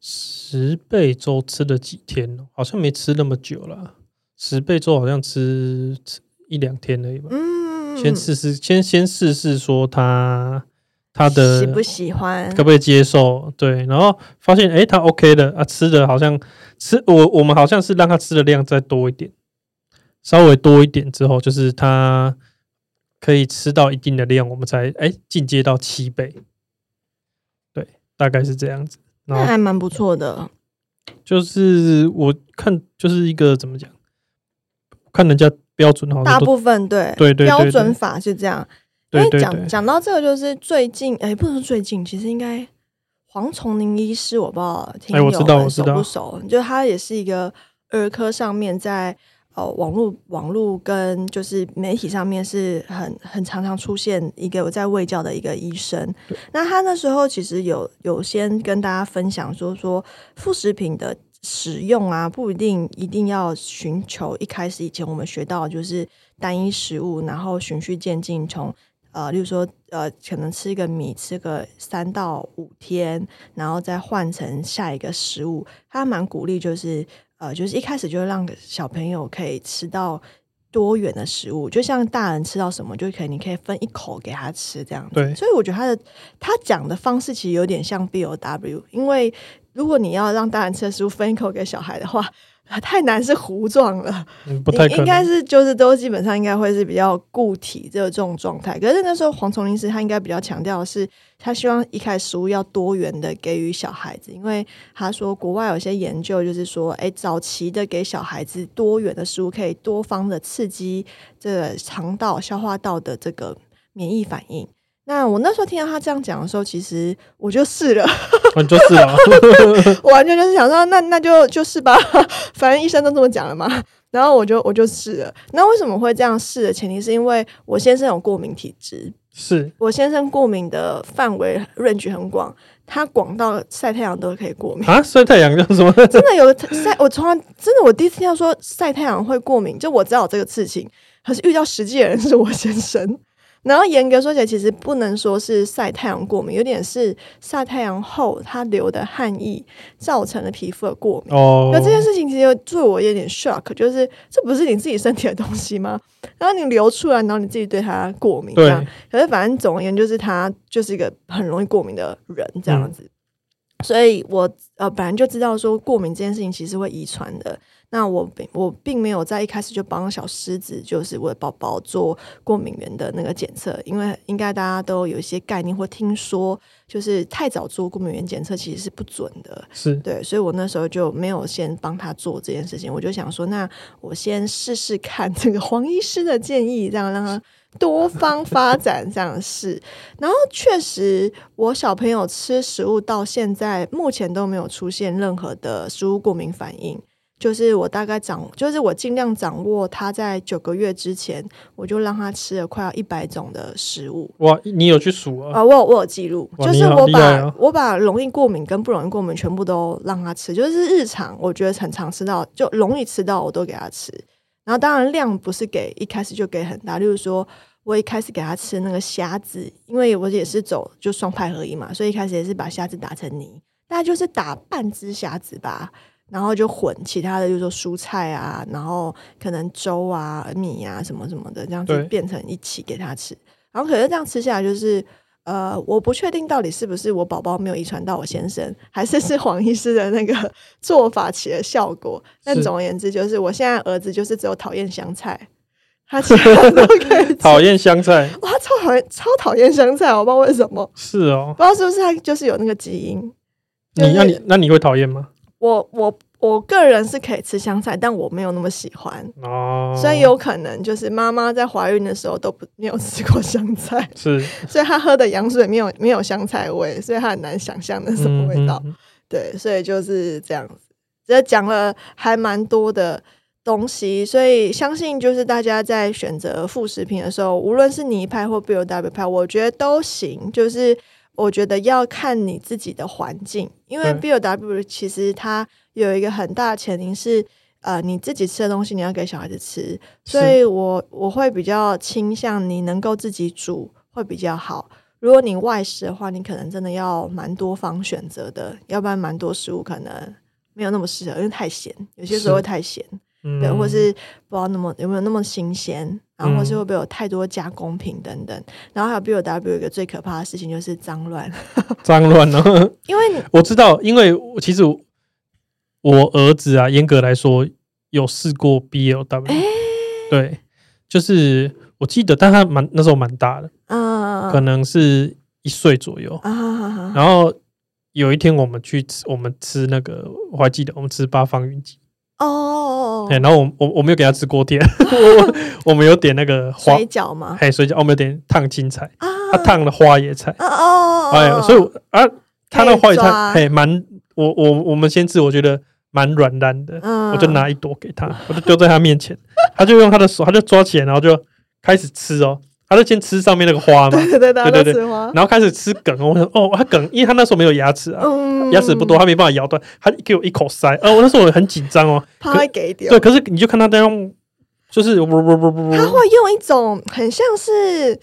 [SPEAKER 2] 十倍粥吃了几天哦，好像没吃那么久了，十倍粥好像吃吃一两天而已吧，
[SPEAKER 1] 嗯，
[SPEAKER 2] 先试试，先先试试说他他
[SPEAKER 1] 喜
[SPEAKER 2] 的
[SPEAKER 1] 不喜欢？
[SPEAKER 2] 可不可以接受？对，然后发现诶，他 OK 的啊，吃的好像吃我我们好像是让他吃的量再多一点，稍微多一点之后，就是他可以吃到一定的量，我们才诶进阶到七倍，对，大概是这样子。然
[SPEAKER 1] 那
[SPEAKER 2] 后
[SPEAKER 1] 还蛮不错的。
[SPEAKER 2] 就是我看就是一个怎么讲，看人家标准好
[SPEAKER 1] 大
[SPEAKER 2] 像都
[SPEAKER 1] 部分对
[SPEAKER 2] 对对对
[SPEAKER 1] 标
[SPEAKER 2] 对
[SPEAKER 1] 准法是这样。因
[SPEAKER 2] 对
[SPEAKER 1] 为
[SPEAKER 2] 对对
[SPEAKER 1] 讲，讲到这个，就是最近，哎，不能说最近，其实应该黄崇宁医师，我不知道听
[SPEAKER 2] 哎
[SPEAKER 1] 友
[SPEAKER 2] 我知道
[SPEAKER 1] 们
[SPEAKER 2] 我知
[SPEAKER 1] 熟
[SPEAKER 2] 道
[SPEAKER 1] 不熟，就他也是一个儿科上面在呃网络网络跟就是媒体上面是很很常常出现一个我在卫教的一个医生。那他那时候其实有有先跟大家分享说说副食品的使用啊，不一定一定要寻求一开始以前我们学到的就是单一食物，然后循序渐进，从呃，例如说呃，可能吃一个米吃个三到五天，然后再换成下一个食物。他蛮鼓励就是呃，就是一开始就让小朋友可以吃到。多元的食物，就像大人吃到什么，就可以，你可以分一口给他吃这样子。
[SPEAKER 2] 对
[SPEAKER 1] 所以我觉得他的他讲的方式其实有点像 B O W，因为如果你要让大人吃的食物分一口给小孩的话， 太难是糊状了。
[SPEAKER 2] 嗯不太
[SPEAKER 1] 应
[SPEAKER 2] 可
[SPEAKER 1] 应该
[SPEAKER 2] 能。
[SPEAKER 1] 是就是都基本上应该会是比较固体这种状态。可是那时候黄崇林师他应该比较强调的是，他希望一开始食物要多元的给予小孩子，因为他说国外有些研究就是说，哎，早期的给小孩子多元的食物可以多方的刺激这个肠道、消化道的这个免疫反应。那我那时候听到他这样讲的时候，其实我就试了，
[SPEAKER 2] 嗯，就是 啊，
[SPEAKER 1] 我完全就是想说，那那就就是吧， 反正医生都这么讲了嘛。 然后我就我就试了。那为什么会这样试的前提是因为我先生有过敏体质，
[SPEAKER 2] 是
[SPEAKER 1] 我先生过敏的范围 range 很广，他广到晒太阳都可以过敏。
[SPEAKER 2] 啊，晒太阳叫什么？
[SPEAKER 1] 真的有晒，我从来真的我第一次听到说晒太阳会过敏，就我知道有这个事情，可是遇到实际的人是我先生。 然后严格说起来，其实不能说是晒太阳过敏，有点是晒太阳后它流的汗液造成了皮肤的过敏。
[SPEAKER 2] 哦
[SPEAKER 1] 那，这件事情其实对我有点 shock，就是这不是你自己身体的东西吗？ 然后你流出来，然后你自己对它过敏，这样
[SPEAKER 2] 对。
[SPEAKER 1] 可是反正总而言之，就是他就是一个很容易过敏的人，这样子。所以我呃本来就知道说过敏这件事情其实会遗传的。那我并我并没有在一开始就帮小狮子，就是我的宝宝做过敏源的那个检测，因为应该大家都有一些概念或听说，就是太早做过敏原检测其实是不准的。
[SPEAKER 2] 是
[SPEAKER 1] 对，所以我那时候就没有先帮他做这件事情，我就想说，那我先试试看这个黄医师的建议，这样让他多方发展这样试。然后确实，我小朋友吃食物到现在目前都没有出现任何的食物过敏反应。就是我大概掌，就是我尽量掌握他在九个月之前，我就让他吃了快要一百种的食物。
[SPEAKER 2] 哇，你有去数啊？
[SPEAKER 1] 啊，我有我有记录，
[SPEAKER 2] 哇
[SPEAKER 1] 就
[SPEAKER 2] 你
[SPEAKER 1] 是
[SPEAKER 2] 好
[SPEAKER 1] 我
[SPEAKER 2] 厉害
[SPEAKER 1] 把、
[SPEAKER 2] 哦
[SPEAKER 1] 我把容易过敏跟不容易过敏全部都让他吃，就是日常我觉得很常吃到，就容易吃到我都给他吃。然后当然量不是给一开始就给很大，例如说我一开始给他吃那个虾子，因为我也是走就双派合一嘛，所以一开始也是把虾子打成泥，大概就是打半只虾子吧。然后就混其他的，就是说蔬菜啊，然后可能粥啊、米啊什么什么的，这样子
[SPEAKER 2] 对
[SPEAKER 1] 变成一起给他吃。然后可是这样吃下来，就是呃，我不确定到底是不是我宝宝没有遗传到我先生，还是是黄医师的那 个做法起了效果。但
[SPEAKER 2] 是
[SPEAKER 1] 总而言之，就是我现在儿子就是只有讨厌香菜， 他其他都可以吃
[SPEAKER 2] 讨厌香菜
[SPEAKER 1] 哇，他超讨厌超讨厌香菜，我不知道为什么，
[SPEAKER 2] 是哦，
[SPEAKER 1] 不知道是不是他就是有那个基因。就
[SPEAKER 2] 你那
[SPEAKER 1] 是
[SPEAKER 2] 你那你会讨厌吗？
[SPEAKER 1] 我我我个人是可以吃香菜，但我没有那么喜欢。
[SPEAKER 2] 哦，
[SPEAKER 1] 所以有可能就是妈妈在怀孕的时候都不没有吃过香菜，
[SPEAKER 2] 是
[SPEAKER 1] 所以她喝的羊水没有没有香菜味，所以她很难想象那是什么味道。？
[SPEAKER 2] 嗯嗯
[SPEAKER 1] 对，所以就是这样子，这讲了还蛮多的东西，所以相信就是大家在选择副食品的时候，无论是泥派或 B O W 派，我觉得都行，就是。我觉得要看你自己的环境，因为 B O W 其实它有一个很大的前提是，呃，你自己吃的东西你要给小孩子吃，所以我我会比较倾向你能够自己煮会比较好。如果你外食的话，你可能真的要蛮多方选择的，要不然蛮多食物可能没有那么适合，因为太咸，有些时候
[SPEAKER 2] 是
[SPEAKER 1] 会太咸，
[SPEAKER 2] 嗯
[SPEAKER 1] 对，或是不知道那么有没有那么新鲜，然后或是
[SPEAKER 2] 嗯
[SPEAKER 1] 会不会有太多加工品等等。然后还有 B O W 一个最可怕的事情就是脏乱，
[SPEAKER 2] 脏乱呢？
[SPEAKER 1] 因为你
[SPEAKER 2] 我知道，因为我其实我我儿子啊，严格来说有试过 BLW，、对，就是我记得，但他蛮那时候蛮大的，
[SPEAKER 1] 嗯
[SPEAKER 2] 可能是一岁左右。
[SPEAKER 1] 啊
[SPEAKER 2] 然后有一天我们去吃，我们吃那个我还记得，我们吃八方云集，
[SPEAKER 1] 哦
[SPEAKER 2] 哎、，然后我我我没有给他吃锅贴， 我我我们有点那个花，
[SPEAKER 1] 水饺吗？
[SPEAKER 2] 哎，水饺，我们有点烫青菜，
[SPEAKER 1] 啊
[SPEAKER 2] 他烫的花椰菜，
[SPEAKER 1] 啊哦，
[SPEAKER 2] 哎，所以我啊，他那
[SPEAKER 1] 可以
[SPEAKER 2] 花椰
[SPEAKER 1] 抓
[SPEAKER 2] 菜，哎，蛮我我我们先吃，我觉得蛮软烂的，
[SPEAKER 1] 嗯
[SPEAKER 2] 我就拿一朵给他，我就丢在他面前，他就用他的手，他就抓起来，然后就开始吃哦，他就先吃上面那个 花嘛，
[SPEAKER 1] 对对，大家
[SPEAKER 2] 对
[SPEAKER 1] 都
[SPEAKER 2] 对对
[SPEAKER 1] 吃花，
[SPEAKER 2] 然后开始吃梗，我想哦，他梗，因为他那时候没有牙齿啊，
[SPEAKER 1] 嗯
[SPEAKER 2] 牙齿不多，，他没办法咬断，他给我一口塞，啊，我那时候我很紧张哦，
[SPEAKER 1] 怕会给掉
[SPEAKER 2] 对，。可是你就看他在用，就是不不不不
[SPEAKER 1] 他
[SPEAKER 2] 不，
[SPEAKER 1] 会用一种很像是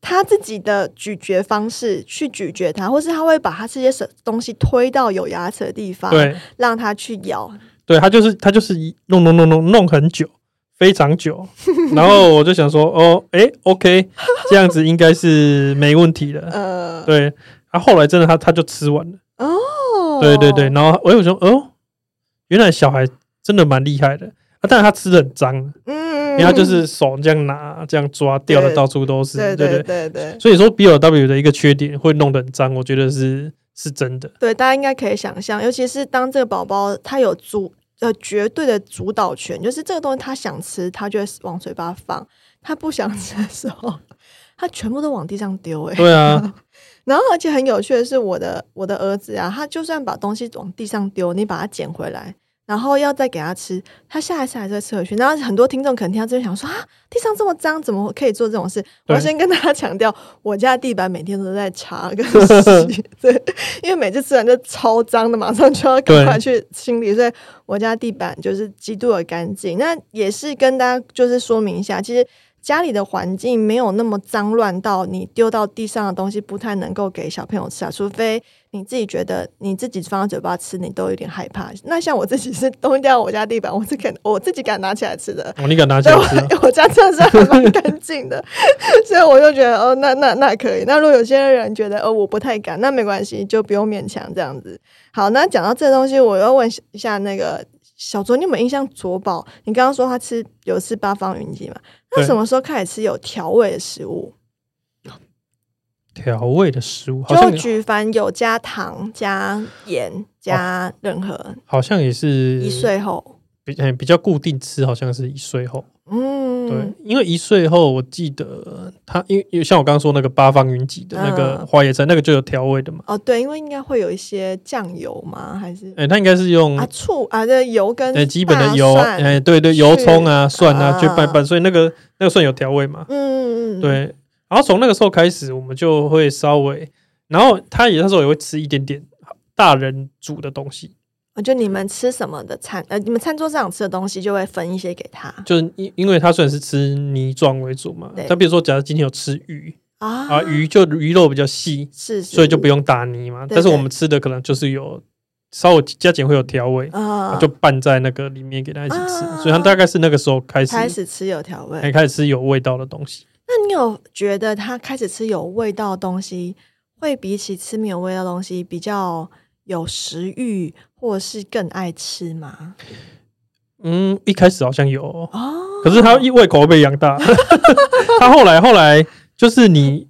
[SPEAKER 1] 他自己的咀嚼方式去咀嚼它，或是他会把他这些什东西推到有牙齿的地方，
[SPEAKER 2] 对
[SPEAKER 1] 让他去咬。
[SPEAKER 2] 对，他就是他就是弄弄弄弄弄很久，非 常久，然后我就想说，哦，哎，OK，这样子应该是没问题的，
[SPEAKER 1] 呃，
[SPEAKER 2] 对，然后后来真的他他就吃完了，
[SPEAKER 1] 哦，
[SPEAKER 2] 对对对，，然后我有说，哦，原来小孩真的蛮厉害的。啊，但是他吃的很脏，
[SPEAKER 1] 嗯，
[SPEAKER 2] 因为他就是手这样拿、这样抓，掉的
[SPEAKER 1] 对
[SPEAKER 2] 到处都是。
[SPEAKER 1] 对
[SPEAKER 2] 对
[SPEAKER 1] 对对对
[SPEAKER 2] 所以说 B L W 的一个缺点会弄得很脏，我觉得是是真的。
[SPEAKER 1] 对，大家应该可以想象，尤其是当这个宝宝他有主呃绝对的主导权，就是这个东西他想吃，他就会往嘴巴放；他不想吃的时候，他全部都往地上丢、欸。哎，
[SPEAKER 2] 对啊，
[SPEAKER 1] 然后而且很有趣的是，我的我的儿子啊，他就算把东西往地上丢，你把它捡回来，然后要再给他吃，他下一次还是会吃回去。然后很多听众可能听到这边想说啊，地上这么脏，怎么可以做这种事？我
[SPEAKER 2] 对
[SPEAKER 1] 要先跟大家强调，我家地板每天都在擦跟洗，对，因为每次吃完就超脏的，马上就要赶快去清理，所以我家地板就是极度的干净。那也是跟大家就是说明一下，其实家里的环境没有那么脏乱到你丢到地上的东西不太能够给小朋友吃啊，除非你自己觉得你自己放到嘴巴吃，你都有点害怕。那像我自己是东西掉到我家地板，我是敢我自己敢拿起来吃的，
[SPEAKER 2] 哦，你敢拿起
[SPEAKER 1] 对
[SPEAKER 2] 来
[SPEAKER 1] 我
[SPEAKER 2] 吃、啊？
[SPEAKER 1] 我家真的是还蛮干净的， 所以我就觉得哦，那那那可以。那如果有些人觉得哦我不太敢，那没关系，就不用勉强这样子。好，那讲到这东西，我要问一下那个小卓，你有没有印象卓宝？你刚刚说他吃有吃八方云集嘛？那
[SPEAKER 2] 对
[SPEAKER 1] 什么时候开始吃有调味的食物？
[SPEAKER 2] 调味的食物好
[SPEAKER 1] 就
[SPEAKER 2] 像
[SPEAKER 1] 举凡有加糖、加盐、加任何。
[SPEAKER 2] 好像也哦是
[SPEAKER 1] 一岁后，
[SPEAKER 2] 比嗯比较固定吃，好像是一岁后。
[SPEAKER 1] 嗯，
[SPEAKER 2] 对，因为一岁后，我记得它因为因为像我刚刚说那个八方云集
[SPEAKER 1] 嗯
[SPEAKER 2] 的那个花椰菜，那个就有调味的嘛。
[SPEAKER 1] 哦对，因为应该会有一些酱油吗？还是
[SPEAKER 2] 哎、它应该是用
[SPEAKER 1] 啊醋啊，这油跟
[SPEAKER 2] 呃，基本的
[SPEAKER 1] 大
[SPEAKER 2] 油，
[SPEAKER 1] 蒜
[SPEAKER 2] 哎、对对，油葱啊、蒜啊，
[SPEAKER 1] 啊
[SPEAKER 2] 就拌拌，所以那个那个蒜有调味嘛。
[SPEAKER 1] 嗯，嗯，
[SPEAKER 2] 对，然后从那个时候开始，我们就会稍微，然后他也那时候也会吃一点点大人煮的东西，
[SPEAKER 1] 我觉得哦你们吃什么的餐，呃，你们餐桌上吃的东西就会分一些给他
[SPEAKER 2] 就是因因为他虽然是吃泥状为主嘛
[SPEAKER 1] 对，
[SPEAKER 2] 他比如说假如今天有吃鱼
[SPEAKER 1] 啊
[SPEAKER 2] 啊，鱼就鱼肉比较细，
[SPEAKER 1] 是，是
[SPEAKER 2] 所以就不用打泥嘛。
[SPEAKER 1] 对
[SPEAKER 2] 但是我
[SPEAKER 1] 对
[SPEAKER 2] 们吃的可能就是有稍微加减会有调味，
[SPEAKER 1] 啊，
[SPEAKER 2] 就拌在那个里面给他一起吃，
[SPEAKER 1] 啊
[SPEAKER 2] 所以他大概是那个时候开始
[SPEAKER 1] 开始吃有调味
[SPEAKER 2] 哎。开始吃有味道的东西。
[SPEAKER 1] 那你有觉得他开始吃有味道的东西，会比起吃没有味道的东西比较有食欲，或是更爱吃吗？
[SPEAKER 2] 嗯，一开始好像有哦，
[SPEAKER 1] 哦，
[SPEAKER 2] 可是他一胃口会被养大。 他后来后来就是你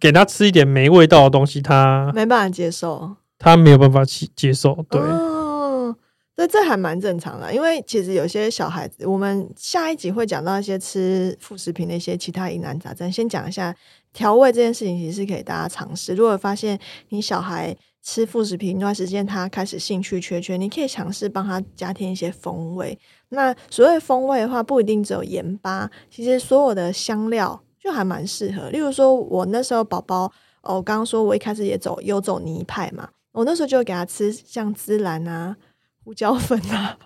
[SPEAKER 2] 给他吃一点没味道的东西，他
[SPEAKER 1] 没办法接受，
[SPEAKER 2] 他没有办法接接受。对，
[SPEAKER 1] 哦，对，这还蛮正常的，因为其实有些小孩子，我们下一集会讲到一些吃副食品的一些其他疑难杂症。先讲一下调味这件事情，其实是可以大家尝试。如果发现你小孩吃副食品一段时间，他开始兴趣缺缺，你可以尝试帮他加添一些风味。那所谓风味的话，不一定只有盐巴，其实所有的香料就还蛮适合。例如说，我那时候宝宝，哦，我刚刚说我一开始也走有走泥派嘛，我那时候就给他吃像孜然啊、胡椒粉啊，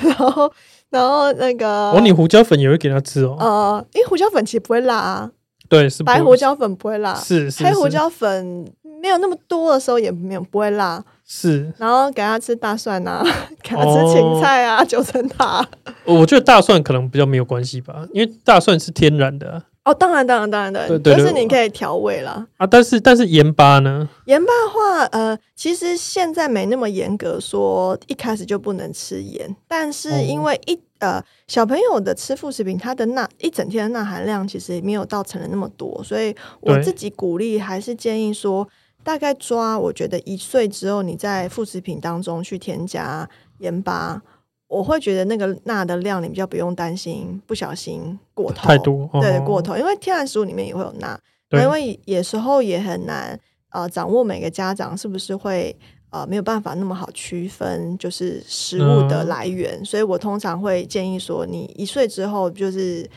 [SPEAKER 1] 然后然后那个
[SPEAKER 2] 哦，你胡椒粉也会给他吃哦。
[SPEAKER 1] 呃，因为胡椒粉其实不会辣啊，
[SPEAKER 2] 对，是
[SPEAKER 1] 白
[SPEAKER 2] 不
[SPEAKER 1] 胡椒粉不会辣，
[SPEAKER 2] 是是
[SPEAKER 1] 黑胡
[SPEAKER 2] 是
[SPEAKER 1] 椒粉没有那么多的时候也没有不会辣，
[SPEAKER 2] 是，
[SPEAKER 1] 然后给他吃大蒜啊， 给他吃
[SPEAKER 2] 哦
[SPEAKER 1] 芹菜啊、九层塔啊、
[SPEAKER 2] 我觉得大蒜可能比较没有关系吧，因为大蒜是天然的啊
[SPEAKER 1] 哦，当然当然当然的，
[SPEAKER 2] 对对对
[SPEAKER 1] 就是你可以调味啦。
[SPEAKER 2] 啊但是但是盐巴呢？
[SPEAKER 1] 盐巴的话，呃，其实现在没那么严格说一开始就不能吃盐，但
[SPEAKER 2] 哦
[SPEAKER 1] 是因为一、呃小朋友的吃副食品，它的钠一整天的钠含量其实也没有到成人那么多，所以我
[SPEAKER 2] 对
[SPEAKER 1] 自己鼓励还是建议说，大概抓我觉得一岁之后，你在副食品当中去添加盐巴。我会觉得那个钠的量，你比较不用担心不小心过头
[SPEAKER 2] 太多，哦
[SPEAKER 1] 对，过。头，因为天然食物里面也会有钠，
[SPEAKER 2] 对
[SPEAKER 1] 因为有时候也很难呃掌握每个家长是不是会呃没有办法那么好区分就是食物的
[SPEAKER 2] 嗯
[SPEAKER 1] 来源，所以我通常会建议说，你一岁之后就是。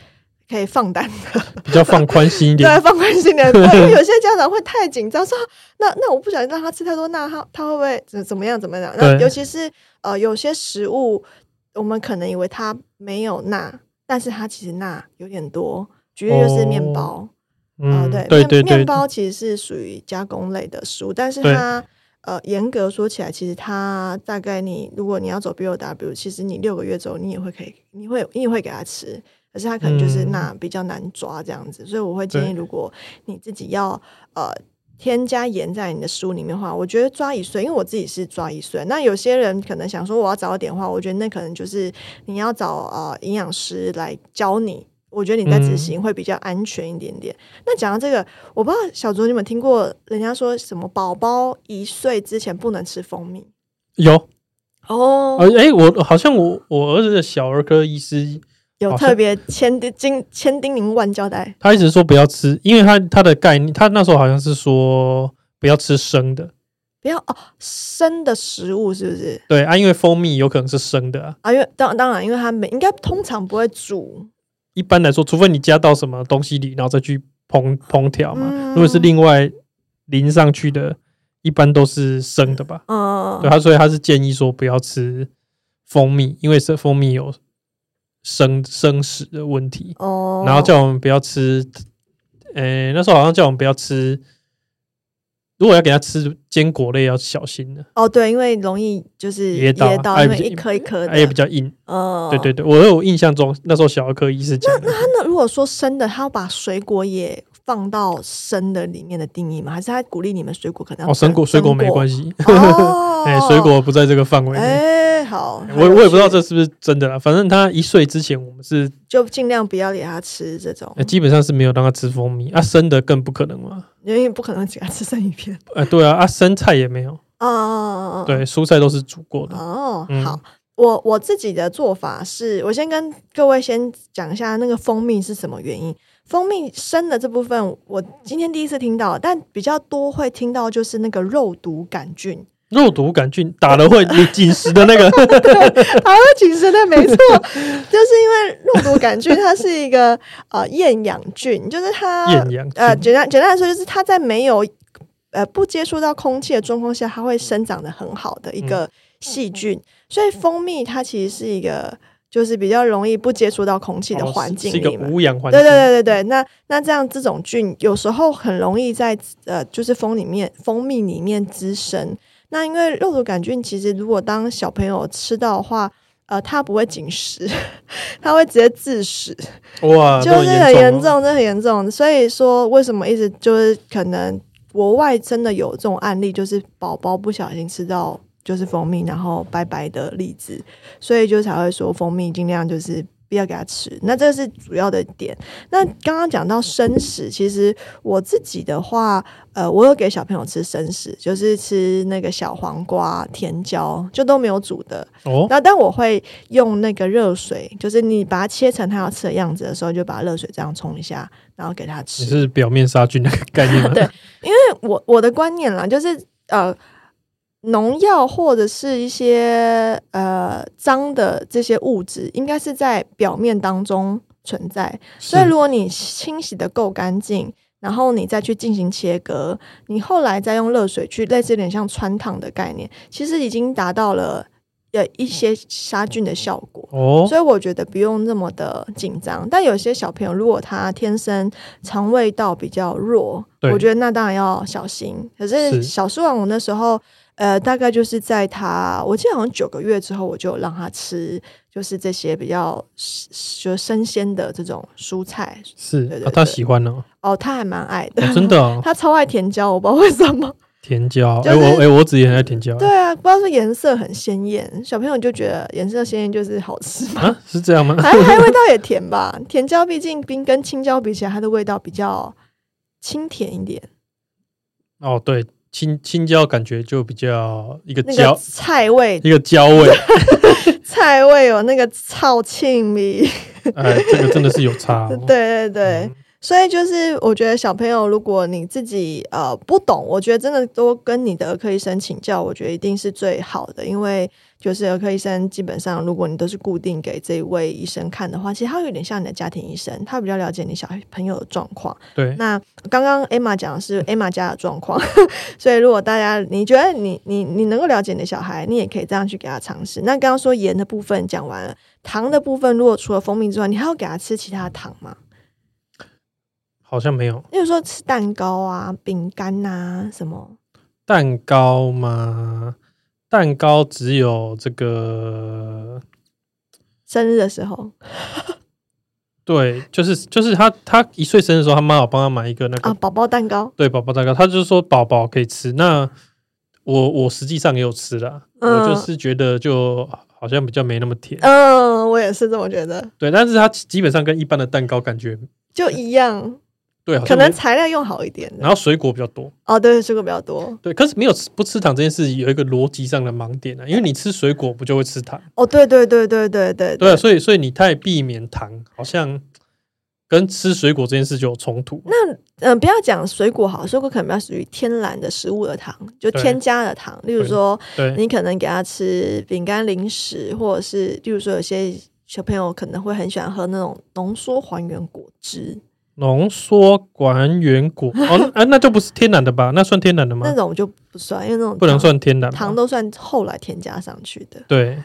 [SPEAKER 1] 可以放胆的，
[SPEAKER 2] 比较放宽心一 点
[SPEAKER 1] 对，。放宽心点。对， 因为有些家长会太紧张，说那那我不小心让他吃太多钠，他他会不会怎怎么样怎么样？那
[SPEAKER 2] 对
[SPEAKER 1] 尤其是呃，有些食物我们可能以为它没有钠，但是它其实钠有点多。举例就是面
[SPEAKER 2] 哦
[SPEAKER 1] 包，啊，
[SPEAKER 2] 嗯，
[SPEAKER 1] 对，
[SPEAKER 2] 对
[SPEAKER 1] 面
[SPEAKER 2] 对对
[SPEAKER 1] 面，包其实是属于加工类的食物，但是
[SPEAKER 2] 对
[SPEAKER 1] 它呃，严格说起来，其实它大概你如果你要走 BOW，其实你六个月之后你也会可以，你会你也会给它吃，可是它可能就是
[SPEAKER 2] 嗯
[SPEAKER 1] 钠比较难抓这样子，所以我会建议，
[SPEAKER 2] 对
[SPEAKER 1] 如果你自己要呃。添加盐在你的食物里面的话，我觉得抓一岁，因为我自己是抓一岁。那有些人可能想说我要早一点的话，我觉得那可能就是你要找呃营养师来教你，我觉得你在执
[SPEAKER 2] 嗯
[SPEAKER 1] 行会比较安全一点点。那讲到这个，我不知道小卓你有没有听过人家说什么宝宝一岁之前不能吃蜂蜜
[SPEAKER 2] 有
[SPEAKER 1] 哦
[SPEAKER 2] 呃，哎、我好像我我儿子的小儿科医师，
[SPEAKER 1] 有
[SPEAKER 2] 好
[SPEAKER 1] 特
[SPEAKER 2] 像
[SPEAKER 1] 别千叮金千叮咛万交代
[SPEAKER 2] 他一直说不要吃，因为他他的概念，他那时候好像是说不要吃生的，
[SPEAKER 1] 不要哦生的食物是不是
[SPEAKER 2] 对啊，因为蜂蜜有可能是生的啊。
[SPEAKER 1] 啊？因为当当然，因为他们应该通常不会煮
[SPEAKER 2] 一般来说，除非你加到什么东西里，然后再去烹烹调嘛。
[SPEAKER 1] 嗯
[SPEAKER 2] 如果是另外淋上去的，一般都是生的吧？
[SPEAKER 1] 嗯
[SPEAKER 2] 啊对，他所以他是建议说不要吃蜂蜜，因为是蜂蜜有生生死的问题，
[SPEAKER 1] 哦，
[SPEAKER 2] 然后叫我们不要吃，诶、那时候好像叫我们不要吃，如果要给他吃坚果类要小心的，
[SPEAKER 1] 哦，对，因为容易就是
[SPEAKER 2] 噎到哎
[SPEAKER 1] 因为
[SPEAKER 2] 不是啊
[SPEAKER 1] 一颗一颗
[SPEAKER 2] 它也比
[SPEAKER 1] 的，
[SPEAKER 2] 较硬。
[SPEAKER 1] 嗯，
[SPEAKER 2] 对对对，我有印象中那时候小儿科医师讲的，
[SPEAKER 1] 他那如果说生的，他要把水果也放到生的里面的定义吗？还是他鼓励你们水果可能要
[SPEAKER 2] 哦，生果水果没关
[SPEAKER 1] 系？
[SPEAKER 2] 系，，
[SPEAKER 1] 哦
[SPEAKER 2] 哎、水，果不在这个范围内。
[SPEAKER 1] 哎，好，
[SPEAKER 2] 我我也不知道
[SPEAKER 1] 很有趣
[SPEAKER 2] 这是不是真的啦，反正他一岁之前，我们是、
[SPEAKER 1] 就尽量不要给他吃这种
[SPEAKER 2] 呃，基本上是没有让他吃蜂蜜啊，生的更不可能嘛。
[SPEAKER 1] 因为不可能给他吃生鱼片。
[SPEAKER 2] 呃，对啊，啊，生菜也没有，
[SPEAKER 1] 哦哦哦，哦
[SPEAKER 2] 对，蔬菜都是煮过的。
[SPEAKER 1] 哦
[SPEAKER 2] 嗯，
[SPEAKER 1] 好，我我自己的做法是，我先跟各位先讲一下那个蜂蜜是什么原因。蜂蜜生的这部分，我今天第一次听到，但比较多会听到就是那个肉毒杆菌，
[SPEAKER 2] 肉毒杆菌打了会你紧实的那个，
[SPEAKER 1] 好，其实的 没错，就是因为肉毒杆菌它是一个呃厌氧菌，就是它
[SPEAKER 2] 厌氧
[SPEAKER 1] 呃
[SPEAKER 2] 菌
[SPEAKER 1] 简单简单来说就是它在没有呃不接触到空气的状况下，它会生长的很好的一个
[SPEAKER 2] 嗯
[SPEAKER 1] 细菌，所以蜂蜜它其实是一个就是比较容易不接触到空气的
[SPEAKER 2] 哦
[SPEAKER 1] 环
[SPEAKER 2] 是
[SPEAKER 1] 境
[SPEAKER 2] 是一
[SPEAKER 1] 里
[SPEAKER 2] 个
[SPEAKER 1] 面。
[SPEAKER 2] 无氧环境。
[SPEAKER 1] 对对对对对，那那这样这种菌有时候很容易在呃，就是蜂里面蜂蜜里面滋生。那因为肉毒杆菌其实如果当小朋友吃到的话，呃，它不会紧实， 它会直接致死，
[SPEAKER 2] 对，哇，
[SPEAKER 1] 就
[SPEAKER 2] 这么
[SPEAKER 1] 是很
[SPEAKER 2] 严
[SPEAKER 1] 严
[SPEAKER 2] 重
[SPEAKER 1] 重，真
[SPEAKER 2] 哦。
[SPEAKER 1] 的很严重。所以说，为什么一直就是可能国外真的有这种案例，就是宝宝不小心吃到就是蜂蜜，然后拜拜的例子，所以就才会说蜂蜜尽量就是不要给他吃。那这是主要的点。那刚刚讲到生食，其实我自己的话，呃，我有给小朋友吃生食，就是吃那个小黄瓜、甜椒，就都没有煮的。
[SPEAKER 2] 哦，
[SPEAKER 1] 那但我会用那个热水，就是你把它切成它要吃的样子的时候，就把热水这样冲一下，然后给它
[SPEAKER 2] 你
[SPEAKER 1] 吃。
[SPEAKER 2] 是表面杀菌那个概念吗？
[SPEAKER 1] 对因为我我的观念啦，就是呃，农药或者是一些呃脏的这些物质，应该是在表面当中存在。
[SPEAKER 2] 是，
[SPEAKER 1] 所以如果你清洗的够干净，然后你再去进行切割，你后来再用热水去类似有点像穿烫的概念，其实已经达到了呃一些杀菌的效果。
[SPEAKER 2] 哦，
[SPEAKER 1] 所以我觉得不用那么的紧张。但有些小朋友如果他天生肠胃道比较弱，
[SPEAKER 2] 对
[SPEAKER 1] 我觉得那当然要小心。可
[SPEAKER 2] 是
[SPEAKER 1] 是小狮王我那时候，呃，大概就是在他我记得好像九个月之后，我就让他吃就是这些比较就生鲜的这种蔬菜。
[SPEAKER 2] 是
[SPEAKER 1] 对对
[SPEAKER 2] 啊，他
[SPEAKER 1] 对
[SPEAKER 2] 喜欢哦，
[SPEAKER 1] 哦，他还蛮爱的，，
[SPEAKER 2] 哦真的哦
[SPEAKER 1] 他超爱甜椒，我不知道为什 么。
[SPEAKER 2] 甜椒。
[SPEAKER 1] 就
[SPEAKER 2] 哎，我
[SPEAKER 1] 是
[SPEAKER 2] 哎，我自己很爱甜椒。
[SPEAKER 1] 对啊，不知道是颜色很鲜艳，小朋友就觉得颜色鲜艳就是好吃嘛。
[SPEAKER 2] 啊，是这样吗？
[SPEAKER 1] 还还味道也甜吧？ 甜椒毕竟冰跟青椒比起来，它的味道比较清甜一点。
[SPEAKER 2] 哦，对，青青椒感觉就比较一个
[SPEAKER 1] 那个
[SPEAKER 2] 椒，
[SPEAKER 1] 菜味，
[SPEAKER 2] 一个椒 味，
[SPEAKER 1] 菜味有那个臭庆味。。
[SPEAKER 2] 哎，这个真的是有差哦
[SPEAKER 1] 对对对，
[SPEAKER 2] 嗯，
[SPEAKER 1] 所以就是，我觉得小朋友，如果你自己呃不懂，我觉得真的多跟你的儿科医生请教，我觉得一定是最好的，因为就是儿科医生基本上，如果你都是固定给这一位医生看的话，其实他有点像你的家庭医生，他比较了解你小朋友的状况。
[SPEAKER 2] 对，
[SPEAKER 1] 那刚刚 Emma 讲的是 Emma 家的状况， 所以如果大家你觉得你你你能够了解你的小孩，你也可以这样去给他尝试。那刚刚说盐的部分讲完了，糖的部分如果除了蜂蜜之外，你还要给他吃其他糖吗？
[SPEAKER 2] 好像没有
[SPEAKER 1] 例如说吃蛋糕啊、饼干呐、什么？
[SPEAKER 2] 蛋糕嘛，蛋糕只有这个，
[SPEAKER 1] 生日的时候
[SPEAKER 2] 对，就是就是他他一岁生的时候，他妈有帮他买一个那
[SPEAKER 1] 啊，
[SPEAKER 2] 个
[SPEAKER 1] 宝宝蛋糕，
[SPEAKER 2] 对宝宝蛋糕，他就是说宝宝可以吃。那我我实际上也有吃啦，我就
[SPEAKER 1] 嗯
[SPEAKER 2] 是觉得就好像比较没那么甜，
[SPEAKER 1] 嗯，我也是这么觉得，
[SPEAKER 2] 对，但是它基本上跟一般的蛋糕感觉
[SPEAKER 1] 就一样，
[SPEAKER 2] 对，好
[SPEAKER 1] 可
[SPEAKER 2] 像
[SPEAKER 1] 能
[SPEAKER 2] 没
[SPEAKER 1] 材料用好一点的
[SPEAKER 2] 然后水果比较多。
[SPEAKER 1] 哦，对，水果比较多
[SPEAKER 2] 对，可是没有吃不吃糖这件事有一个逻辑上的盲点啊，因为你吃水果不就会吃糖？
[SPEAKER 1] 哦，对对对对对对
[SPEAKER 2] 对啊，所以所以你太避免糖，好像跟吃水果这件事就有冲突。
[SPEAKER 1] 嗯，不要讲水果好，水果可能比较属于天然的食物的糖，就
[SPEAKER 2] 对
[SPEAKER 1] 添加的糖，例如
[SPEAKER 2] 对
[SPEAKER 1] 说
[SPEAKER 2] 对
[SPEAKER 1] 你可能给他吃饼干、零食，或者是例如说有些小朋友可能会很喜欢喝那种浓缩还原果汁，
[SPEAKER 2] 浓缩还原果哦，啊，那就不是天然的吧？那算天然的
[SPEAKER 1] 那
[SPEAKER 2] 吗？
[SPEAKER 1] 种就不算，因为那种
[SPEAKER 2] 不能
[SPEAKER 1] 糖
[SPEAKER 2] 算天然吧。
[SPEAKER 1] 糖都算后来添加上去的。
[SPEAKER 2] 对，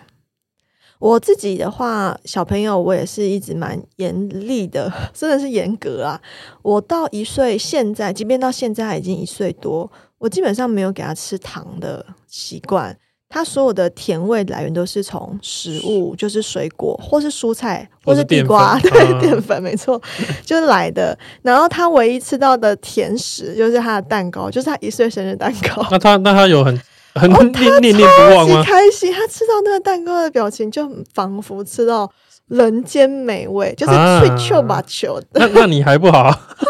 [SPEAKER 1] 我自己的话，小朋友我也是一直蛮严厉的， 真的是严格啊。我到一岁，现在即便到现在他已经一岁多，我基本上没有给他吃糖的习惯。他所有的甜味来源都是从食物，就是水果，或是蔬菜，
[SPEAKER 2] 或
[SPEAKER 1] 或
[SPEAKER 2] 是
[SPEAKER 1] 是地
[SPEAKER 2] 淀
[SPEAKER 1] 瓜，
[SPEAKER 2] 粉啊
[SPEAKER 1] 对，淀粉没 错，就是来的。然后他唯一吃到的甜食就是他的蛋糕，就是他一岁生日蛋糕。
[SPEAKER 2] 那他那他有很很
[SPEAKER 1] 哦
[SPEAKER 2] 念念念不
[SPEAKER 1] 超
[SPEAKER 2] 忘
[SPEAKER 1] 级
[SPEAKER 2] 吗？
[SPEAKER 1] 开心，他吃到那个蛋糕的表情，就仿佛吃到人间美味，就是
[SPEAKER 2] 啊
[SPEAKER 1] 脆球吧球的。
[SPEAKER 2] 那那你还不好？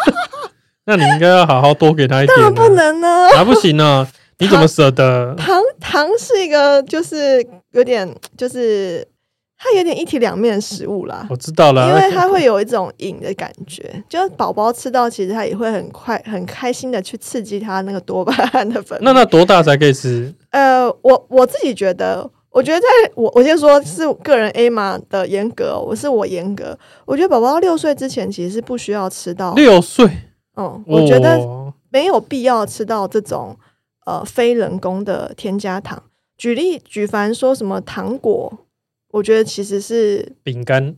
[SPEAKER 2] 那你应该要好好多给他一点、
[SPEAKER 1] 当
[SPEAKER 2] 啊。
[SPEAKER 1] 然不能呢、
[SPEAKER 2] 啊，不行呢，你怎么舍得？
[SPEAKER 1] 糖糖是一个，就是有点，就是它有点一体两面的食物啦，
[SPEAKER 2] 我知道了，
[SPEAKER 1] 因
[SPEAKER 2] 那
[SPEAKER 1] 为它会有一种瘾的感觉，就是宝宝吃到，其实他也会很快、很开心的去刺激他那个多巴胺的分泌。
[SPEAKER 2] 那那多大才可以吃？
[SPEAKER 1] 呃，我我自己觉得，我觉得在我我先说是个人 A 嘛的严格哦，我是我严格，我觉得宝宝六岁之前其实是不需要吃到，
[SPEAKER 2] 六岁，
[SPEAKER 1] 嗯，哦我觉得
[SPEAKER 2] 哦
[SPEAKER 1] 没有必要吃到这种呃非人工的添加糖。举例举凡说什么糖果，我觉得其实是
[SPEAKER 2] 饼干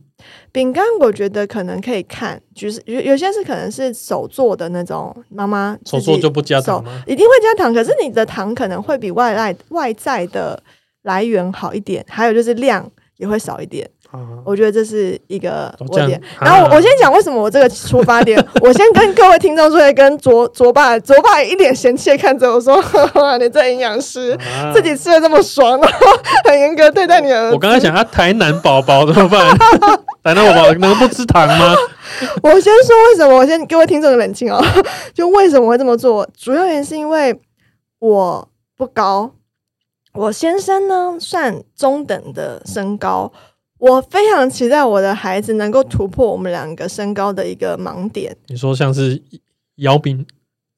[SPEAKER 1] 饼干我觉得可能可以看，就是有有些是可能是手做的那种，妈妈自
[SPEAKER 2] 手
[SPEAKER 1] 己
[SPEAKER 2] 做就不加糖吗？
[SPEAKER 1] 一定会加糖，可是你的糖可能会比外来外在的来源好一点，还有就是量也会少一点。
[SPEAKER 2] 啊，
[SPEAKER 1] 我觉得这是一个
[SPEAKER 2] 哦
[SPEAKER 1] 我
[SPEAKER 2] 这样
[SPEAKER 1] 点。
[SPEAKER 2] 啊
[SPEAKER 1] 然后我我先讲为什么我这个出发点，我先跟各位听众说，跟卓卓 爸卓爸一脸嫌弃地看着我说：“ 你这营养师
[SPEAKER 2] 啊
[SPEAKER 1] 自己吃的这么爽， 然后很严格对待你儿
[SPEAKER 2] 我
[SPEAKER 1] 子。
[SPEAKER 2] 刚才想啊，台南宝宝怎 么办？台南宝宝能不吃糖吗？”
[SPEAKER 1] 我先说为什么，我先各位听众冷静哦， 就为什么会这么做，主要原因是因为我不高，我先生呢算中等的身高，我非常期待我的孩子能够突破我们两个身高的一个盲点。
[SPEAKER 2] 你说像是姚明，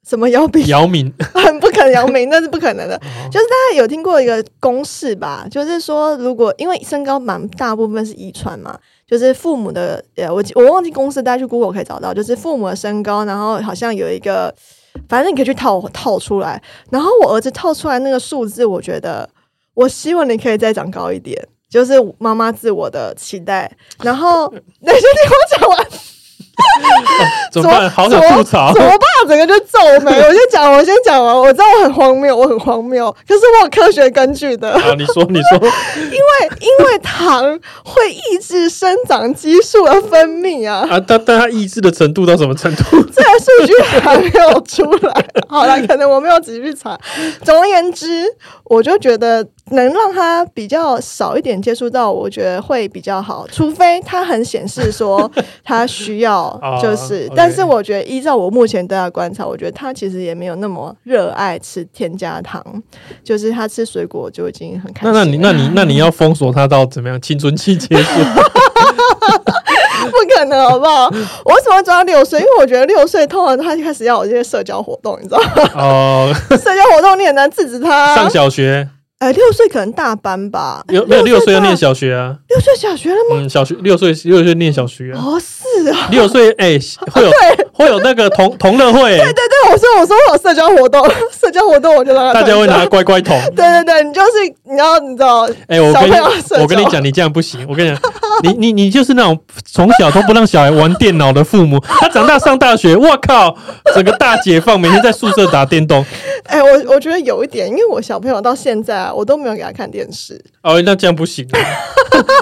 [SPEAKER 1] 什么姚明？
[SPEAKER 2] 姚明，
[SPEAKER 1] 很不可能，姚明那是不可能的。
[SPEAKER 2] 哦
[SPEAKER 1] 就是大家有听过一个公式吧，就是说，如果因为身高蛮大部分是遗传嘛，就是父母的，呃，我记我忘记公式，大家去 Google 可以找到，就是父母的身高，然后好像有一个，反正你可以去套套出来。然后我儿子套出来那个数字，我觉得我希望你可以再长高一点，就是妈妈自我的期待。然后那些地方讲完，
[SPEAKER 2] 怎么办？好想吐槽
[SPEAKER 1] 怎，么办？整个就皱眉。我先讲，我先讲完。我知道我很荒谬，我很荒谬，可是我有科学根据的。
[SPEAKER 2] 啊！你说，你说，
[SPEAKER 1] 因为因为糖会抑制生长激素的分泌啊，
[SPEAKER 2] 啊，但但他抑制的程度到什 么程度？
[SPEAKER 1] 这个数据还没有出来。好了，可能我没有仔细去查。总而言之，我就觉得能让他比较少一点接触到，我觉得会比较好。除非他很显示说他需要，就是，
[SPEAKER 2] 哦
[SPEAKER 1] 但
[SPEAKER 2] OK
[SPEAKER 1] 是我觉得依照我目前对他的观察，我觉得他其实也没有那么热爱吃添加糖，就是他吃水果就已经很开
[SPEAKER 2] 那
[SPEAKER 1] 心了。
[SPEAKER 2] 那你那你那你要封锁他到怎么样？青春期结束？
[SPEAKER 1] 不可能，好不好？我为什么要抓六岁？因为我觉得六岁通常他就开始要有这些社交活动，你知道吗？
[SPEAKER 2] 哦，
[SPEAKER 1] 社交活动你很难制止他啊、
[SPEAKER 2] 上小学
[SPEAKER 1] 哎，六岁可能大班吧，
[SPEAKER 2] 有没有六岁要
[SPEAKER 1] 大
[SPEAKER 2] 念小学啊？
[SPEAKER 1] 六岁小学了吗？
[SPEAKER 2] 嗯，小学六岁六岁念小学啊，
[SPEAKER 1] 哦，是啊，
[SPEAKER 2] 六岁哎会有会有那个同同乐
[SPEAKER 1] 对
[SPEAKER 2] 会，
[SPEAKER 1] 对对，我说我说我有社交活动，社交活动我就让他
[SPEAKER 2] 大家会
[SPEAKER 1] 参加
[SPEAKER 2] 拿。乖乖桶。
[SPEAKER 1] 对对对，你就是你要你知道，
[SPEAKER 2] 哎、我
[SPEAKER 1] 小朋
[SPEAKER 2] 跟你
[SPEAKER 1] 友社交
[SPEAKER 2] 我跟你讲，你这样不行。我跟你讲，你你你就是那种从小都不让小孩玩电脑的父母，他长大上大学，我靠，整个大解放，每天在宿舍打电动。
[SPEAKER 1] 哎，我我觉得有一点，因为我小朋友到现在啊，我都没有给他看电视。
[SPEAKER 2] 哦，那这样不行啊，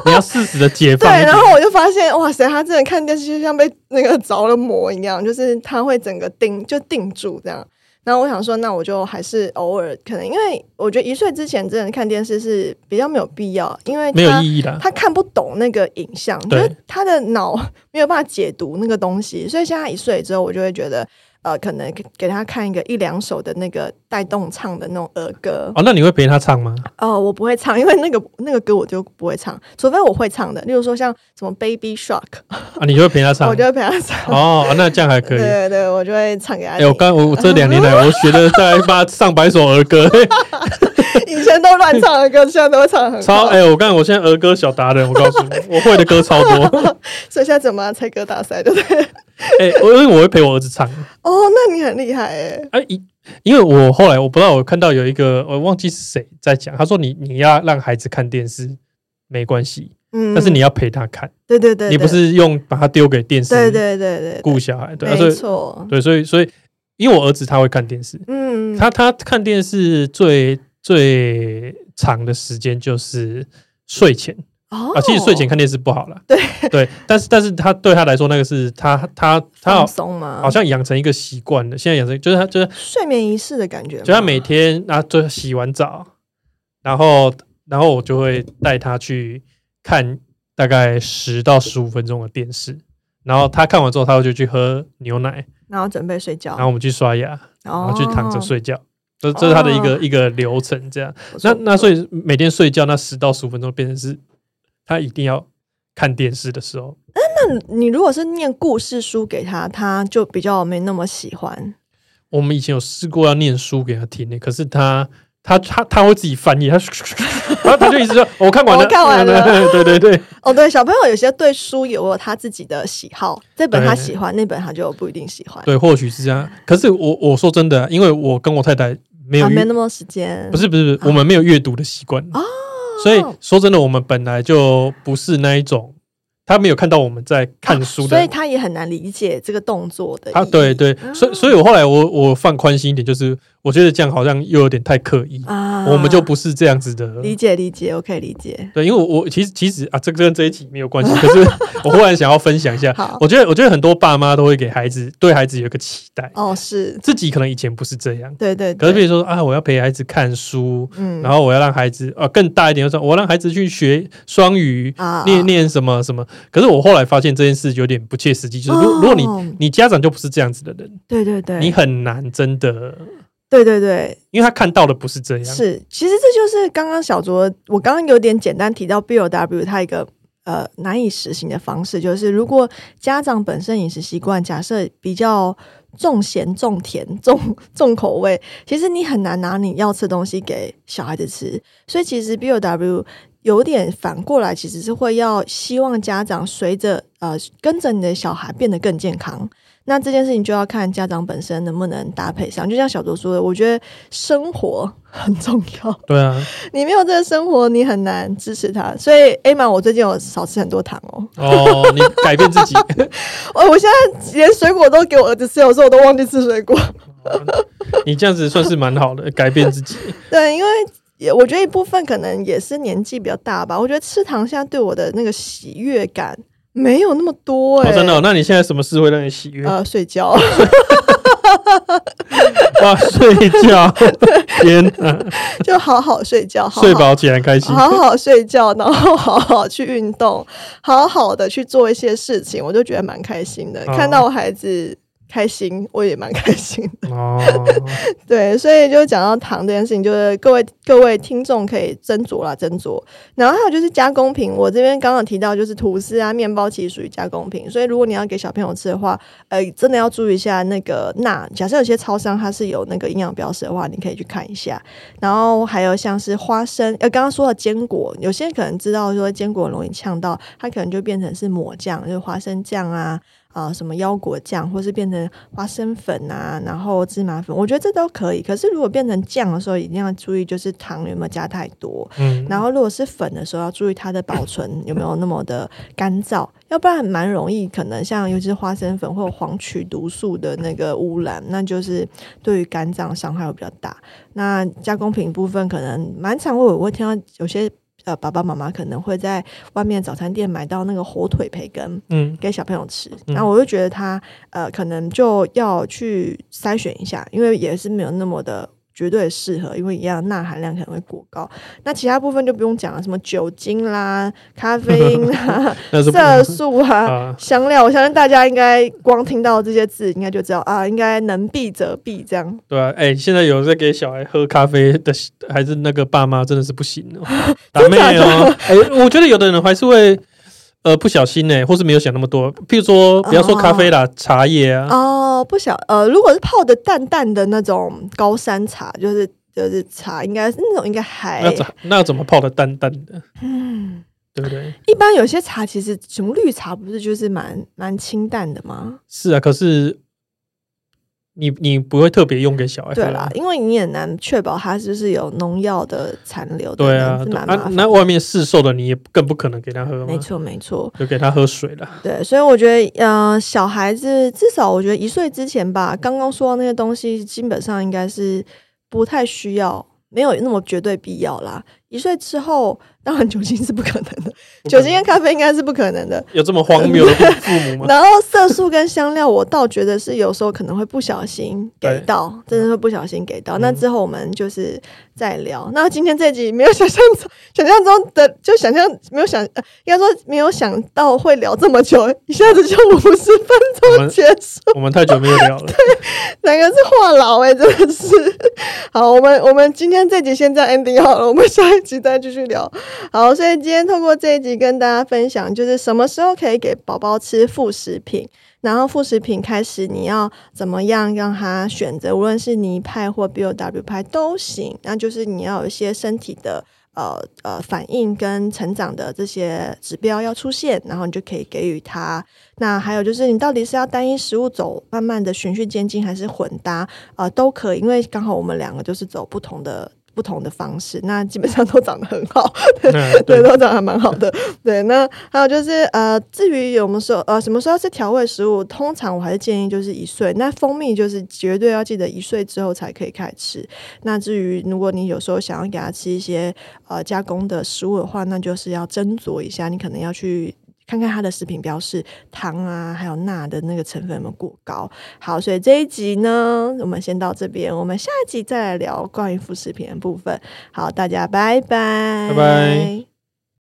[SPEAKER 2] 你要适时的解
[SPEAKER 1] 对
[SPEAKER 2] 放一，点
[SPEAKER 1] 然。后我就发现，哇塞，他真的看电视就像被那个着了魔一样，就是他会整个定就定住这样。然后我想说，那我就还是偶尔可能，因为我觉得一岁之前真的看电视是比较没有必要，因为
[SPEAKER 2] 没有
[SPEAKER 1] 他
[SPEAKER 2] 意义啦。
[SPEAKER 1] 他看不懂那个影像，就
[SPEAKER 2] 对
[SPEAKER 1] 是他的脑没有办法解读那个东西，所以现在一岁之后，我就会觉得，呃，可能给给他看一个一两首的那个带动唱的那种儿歌，
[SPEAKER 2] 哦，那你会陪他唱吗？
[SPEAKER 1] 哦，我不会唱，因为那个那个歌我就不会唱，除非我会唱的，例如说像什么 Baby Shark，
[SPEAKER 2] 啊，你就会陪他唱
[SPEAKER 1] 我。就会陪他唱。
[SPEAKER 2] 哦，啊那这样还可
[SPEAKER 1] 对
[SPEAKER 2] 以。
[SPEAKER 1] 对
[SPEAKER 2] 哎、
[SPEAKER 1] 对，我就会唱给他听。
[SPEAKER 2] 我刚我我这两年来，我学了大概八上百首儿 歌，
[SPEAKER 1] 以前都乱唱的歌，现在都会唱得很
[SPEAKER 2] 超
[SPEAKER 1] 好。
[SPEAKER 2] 哎、我刚我现在儿歌小达人，我告诉你，我会的歌超多。
[SPEAKER 1] 所以现在怎么样猜歌大赛，对不 对？
[SPEAKER 2] 哎、我因为我会陪我儿子唱。
[SPEAKER 1] 哦，那你很厉害哎。
[SPEAKER 2] 哎、因因为我后来我不知道，我看到有一个我忘记是谁在讲，他说你你要让孩子看电视，没关系，
[SPEAKER 1] 嗯，
[SPEAKER 2] 但是你要陪他看，
[SPEAKER 1] 对对对，
[SPEAKER 2] 你不
[SPEAKER 1] 对
[SPEAKER 2] 是用把他丢给电视
[SPEAKER 1] 对对对对，
[SPEAKER 2] 顾小孩，对，啊所
[SPEAKER 1] 没
[SPEAKER 2] 以
[SPEAKER 1] 错，
[SPEAKER 2] 对，所以所以因为我儿子他会看电视，
[SPEAKER 1] 嗯，
[SPEAKER 2] 他他看电视最最长的时间就是睡前
[SPEAKER 1] 哦
[SPEAKER 2] 啊，其实睡前看电视不好啦，对对，但是但是他对他来说那个是他他他
[SPEAKER 1] 放
[SPEAKER 2] 好
[SPEAKER 1] 松嘛，
[SPEAKER 2] 好像养成一个习惯了，现在养成就是他就是
[SPEAKER 1] 睡眠仪式的感觉吗，
[SPEAKER 2] 就他每天啊，就洗完澡，然后然后我就会带他去看大概十到十五分钟的电视，然后他看完之后，他就去喝牛奶，
[SPEAKER 1] 然后准备睡觉，
[SPEAKER 2] 然后我们去刷牙，然后去躺着
[SPEAKER 1] 哦，
[SPEAKER 2] 睡觉。这这是他的一个、一个流程，这样。那那所
[SPEAKER 1] 以
[SPEAKER 2] 以每天睡觉那十到十五分钟变成是，他一定要看电视的时候，
[SPEAKER 1] 嗯你如果是念故事书给他，他就比较没那么喜欢，
[SPEAKER 2] 我们以前有试过要念书给他听呢，可是他他他他会自己翻页，他 然后他就一直 说：“我看完了，”
[SPEAKER 1] 我看完了。
[SPEAKER 2] 对对对，
[SPEAKER 1] 哦，对，小朋友有些对书有有他自己的喜好，这本他
[SPEAKER 2] 对
[SPEAKER 1] 喜欢，那本他就不一定喜欢，啊
[SPEAKER 2] 对，或许是这样。可是我我说真的，因为我跟我太太没有
[SPEAKER 1] 啊，没
[SPEAKER 2] 阅，
[SPEAKER 1] 那么多时间，
[SPEAKER 2] 不是不是，不是我们没有阅读的习惯
[SPEAKER 1] 哦
[SPEAKER 2] 所以说真的，我们本来就不是那一种，他没有看到我们在看书
[SPEAKER 1] 哦所以
[SPEAKER 2] 的。
[SPEAKER 1] 他啊也很难理解这个动作的意义。
[SPEAKER 2] 他对对，所以所以，我后来我我放宽心一点，就是我觉得这样好像又有点太刻意，
[SPEAKER 1] 啊，
[SPEAKER 2] 我们就不是这样子的
[SPEAKER 1] 理解理解，我可以理解。
[SPEAKER 2] 对，因为我我其实其实啊，这个跟这一集没有关系，可 是我忽然想要分享一下
[SPEAKER 1] 好，
[SPEAKER 2] 我觉得我觉得很多爸妈都会给孩子对孩子有一个期待，
[SPEAKER 1] 哦，是
[SPEAKER 2] 自己可能以前不是这样，
[SPEAKER 1] 对对对，
[SPEAKER 2] 可是比如说啊，我要陪孩子看书，
[SPEAKER 1] 嗯
[SPEAKER 2] 然后我要让孩子啊更大一点，就说我要让孩子去学双语，
[SPEAKER 1] 啊
[SPEAKER 2] 念念什么什么。可是我后来发现这件事有点不切实际，就是如如果你
[SPEAKER 1] 哦
[SPEAKER 2] 你家长就不是这样子的人，
[SPEAKER 1] 对对对，
[SPEAKER 2] 你很难真的，
[SPEAKER 1] 对对对，
[SPEAKER 2] 因为他看到的不是这样，
[SPEAKER 1] 是，其实这就是刚刚小卓，我刚刚有点简单提到 B O W 它一个呃难以实行的方式，就是如果家长本身饮食习惯假设比较重咸、重甜、重重口味，其实你很难拿你要吃的东西给小孩子吃，所以其实 B O W。有点反过来，其实是会要希望家长随着呃跟着你的小孩变得更健康，那这件事情就要看家长本身能不能搭配上。就像小卓说的，我觉得生活 很重要，
[SPEAKER 2] 对啊，
[SPEAKER 1] 你没有这个生活，你很难支持他。所以 A 玛，我最近有少吃很多糖哦，
[SPEAKER 2] 哦，你改变自己。
[SPEAKER 1] 哦，我现在连水果都给我儿子吃，有时候我都忘记吃水果。
[SPEAKER 2] 你这样子算是蛮好的，改变自己。
[SPEAKER 1] 对，因为也我觉得一部分可能也是年纪比较大吧，我觉得吃糖现在对我的那个喜悦感没有那么多、欸，
[SPEAKER 2] 哦，真的哦、那你现在什么事会让你喜悦？
[SPEAKER 1] 呃，睡觉。
[SPEAKER 2] 哇，啊睡 觉，天哪，
[SPEAKER 1] 就好好睡觉，好好
[SPEAKER 2] 睡饱起来开心。
[SPEAKER 1] 好好睡觉， 然后好好去运动，好好的去做一些事情，我就觉得蛮开心的。
[SPEAKER 2] 哦
[SPEAKER 1] 看到我孩子开心，我也蛮开心的。
[SPEAKER 2] 哦，
[SPEAKER 1] 对，所以就讲到糖这件事情，就是各位各位听众可以斟酌啦，斟酌。然后还有就是加工品，我这边刚刚有提到就是吐司啊、面包其实属于加工品，所以如果你要给小朋友吃的话，呃，真的要注意一下那个钠。假设有些超商它是有那个营养标识的话，你可以去看一下。然后还有像是花生，呃，刚刚说到坚果，有些人可能知道说坚果容易呛到，它可能就变成是抹酱，就是花生酱啊。啊、什么腰果酱，或是变成花生粉啊，然后芝麻粉，我觉得这都可以。可是如果变成酱的时候，一定要注意，就是糖有没有加太多。
[SPEAKER 2] 嗯，
[SPEAKER 1] 然后如果是粉的时候，要注意它的保存有没有那么的干燥，要不然蛮容易可能像尤其是花生粉会有黄曲毒素的那个污染，那就是对于肝脏伤害会比较大。那加工品部分可能蛮常会有我会听到有些。呃，爸爸妈妈可能会在外面早餐店买到那个火腿培根，
[SPEAKER 2] 嗯，
[SPEAKER 1] 给小朋友吃，
[SPEAKER 2] 嗯
[SPEAKER 1] 然后我就觉得他呃，可能就要去筛选一下，因为也是没有那么的绝对适合，因为一样钠含量可能会过高。那其他部分就不用讲了，什么酒精啦、咖啡因 啦、
[SPEAKER 2] 那是不
[SPEAKER 1] 色素啊。
[SPEAKER 2] 啊，
[SPEAKER 1] 香料，我相信大家应该光听到这些字，应该就知道啊，应该能避则避这样。
[SPEAKER 2] 对啊，哎，现在有在给小孩喝咖啡的，还是那个爸妈真的是不行 哦，打妹哦，哎，我觉得有的人还是会。呃，不小心呢、或是没有想那么多。譬如说，不要说咖啡啦，茶叶啊，
[SPEAKER 1] 哦，不晓呃，如果是泡的淡淡的那种高山茶，就是就是茶，应该那种应该还
[SPEAKER 2] 那怎那怎么泡的淡淡的？
[SPEAKER 1] 嗯。
[SPEAKER 2] 对不对？
[SPEAKER 1] 一般有些茶其实什么绿茶不是就是蛮蛮清淡的吗？
[SPEAKER 2] 是啊，可是你你不会特别用给小孩喝
[SPEAKER 1] 对
[SPEAKER 2] 啊
[SPEAKER 1] 啦，因为你也难确保它就是有农药的残留的，
[SPEAKER 2] 对
[SPEAKER 1] 那
[SPEAKER 2] 啊，
[SPEAKER 1] 是
[SPEAKER 2] 对
[SPEAKER 1] 蛮麻
[SPEAKER 2] 啊，
[SPEAKER 1] 烦的。
[SPEAKER 2] 那外面市售的你也更不可能给他喝
[SPEAKER 1] 没
[SPEAKER 2] 嘛，
[SPEAKER 1] 错，没错，
[SPEAKER 2] 就给他喝水了。
[SPEAKER 1] 对，所以我觉得，呃，小孩子至少我觉得一岁之前吧，刚刚说到那些东西，基本上应该是不太需要，没有那么绝对必要啦。一岁之后，当然酒精是不可能的，酒精跟咖啡应该是不可能的。
[SPEAKER 2] 有这么荒谬的父母 吗？
[SPEAKER 1] 然后色素跟香料，我倒觉得是有时候可能会不小心给到，真的会不小心给到。那之后我们就是再聊。那今天这集没有想象中，想象中的就想象没有想，呃应该说没有想到会聊这么久，一下子就五十分
[SPEAKER 2] 我
[SPEAKER 1] 钟
[SPEAKER 2] 们
[SPEAKER 1] 结束，
[SPEAKER 2] 我们太久没有聊了，
[SPEAKER 1] 哪个是话痨哎、真的是。好，我们我们今天这集先这样 ending 好了，我们下一集再继续聊。好，所以今天透过这一集跟大家分享，就是什么时候可以给宝宝吃副食品，然后副食品开始你要怎么样让他选择，无论是泥派或 B O W 派都行，那就是你要有一些身体的。呃呃，反应跟成长的这些指标要出现，然后你就可以给予他。那还有就是，你到底是要单一食物走，慢慢的循序渐进，还是混搭？呃，都可以，因为刚好我们两个就是走不同的不同的方式，那基本上都长得很好，
[SPEAKER 2] 嗯
[SPEAKER 1] 对，
[SPEAKER 2] 对，
[SPEAKER 1] 都长得还蛮好的。 对，那还有就是呃，至于有没有说呃什么时候吃调味食物，通常我还是建议就是一岁。那蜂蜜就是绝对要记得一岁之后才可以开始吃。那至于如果你有时候想要给他吃一些呃加工的食物的话，那就是要斟酌一下，你可能要去。看看它的食品标示，糖啊，还有钠的那个成分有没有过高。好，所以这一集呢，我们先到这边，我们下一集再来聊关于副食品的部分。好，大家拜拜，
[SPEAKER 2] 拜拜。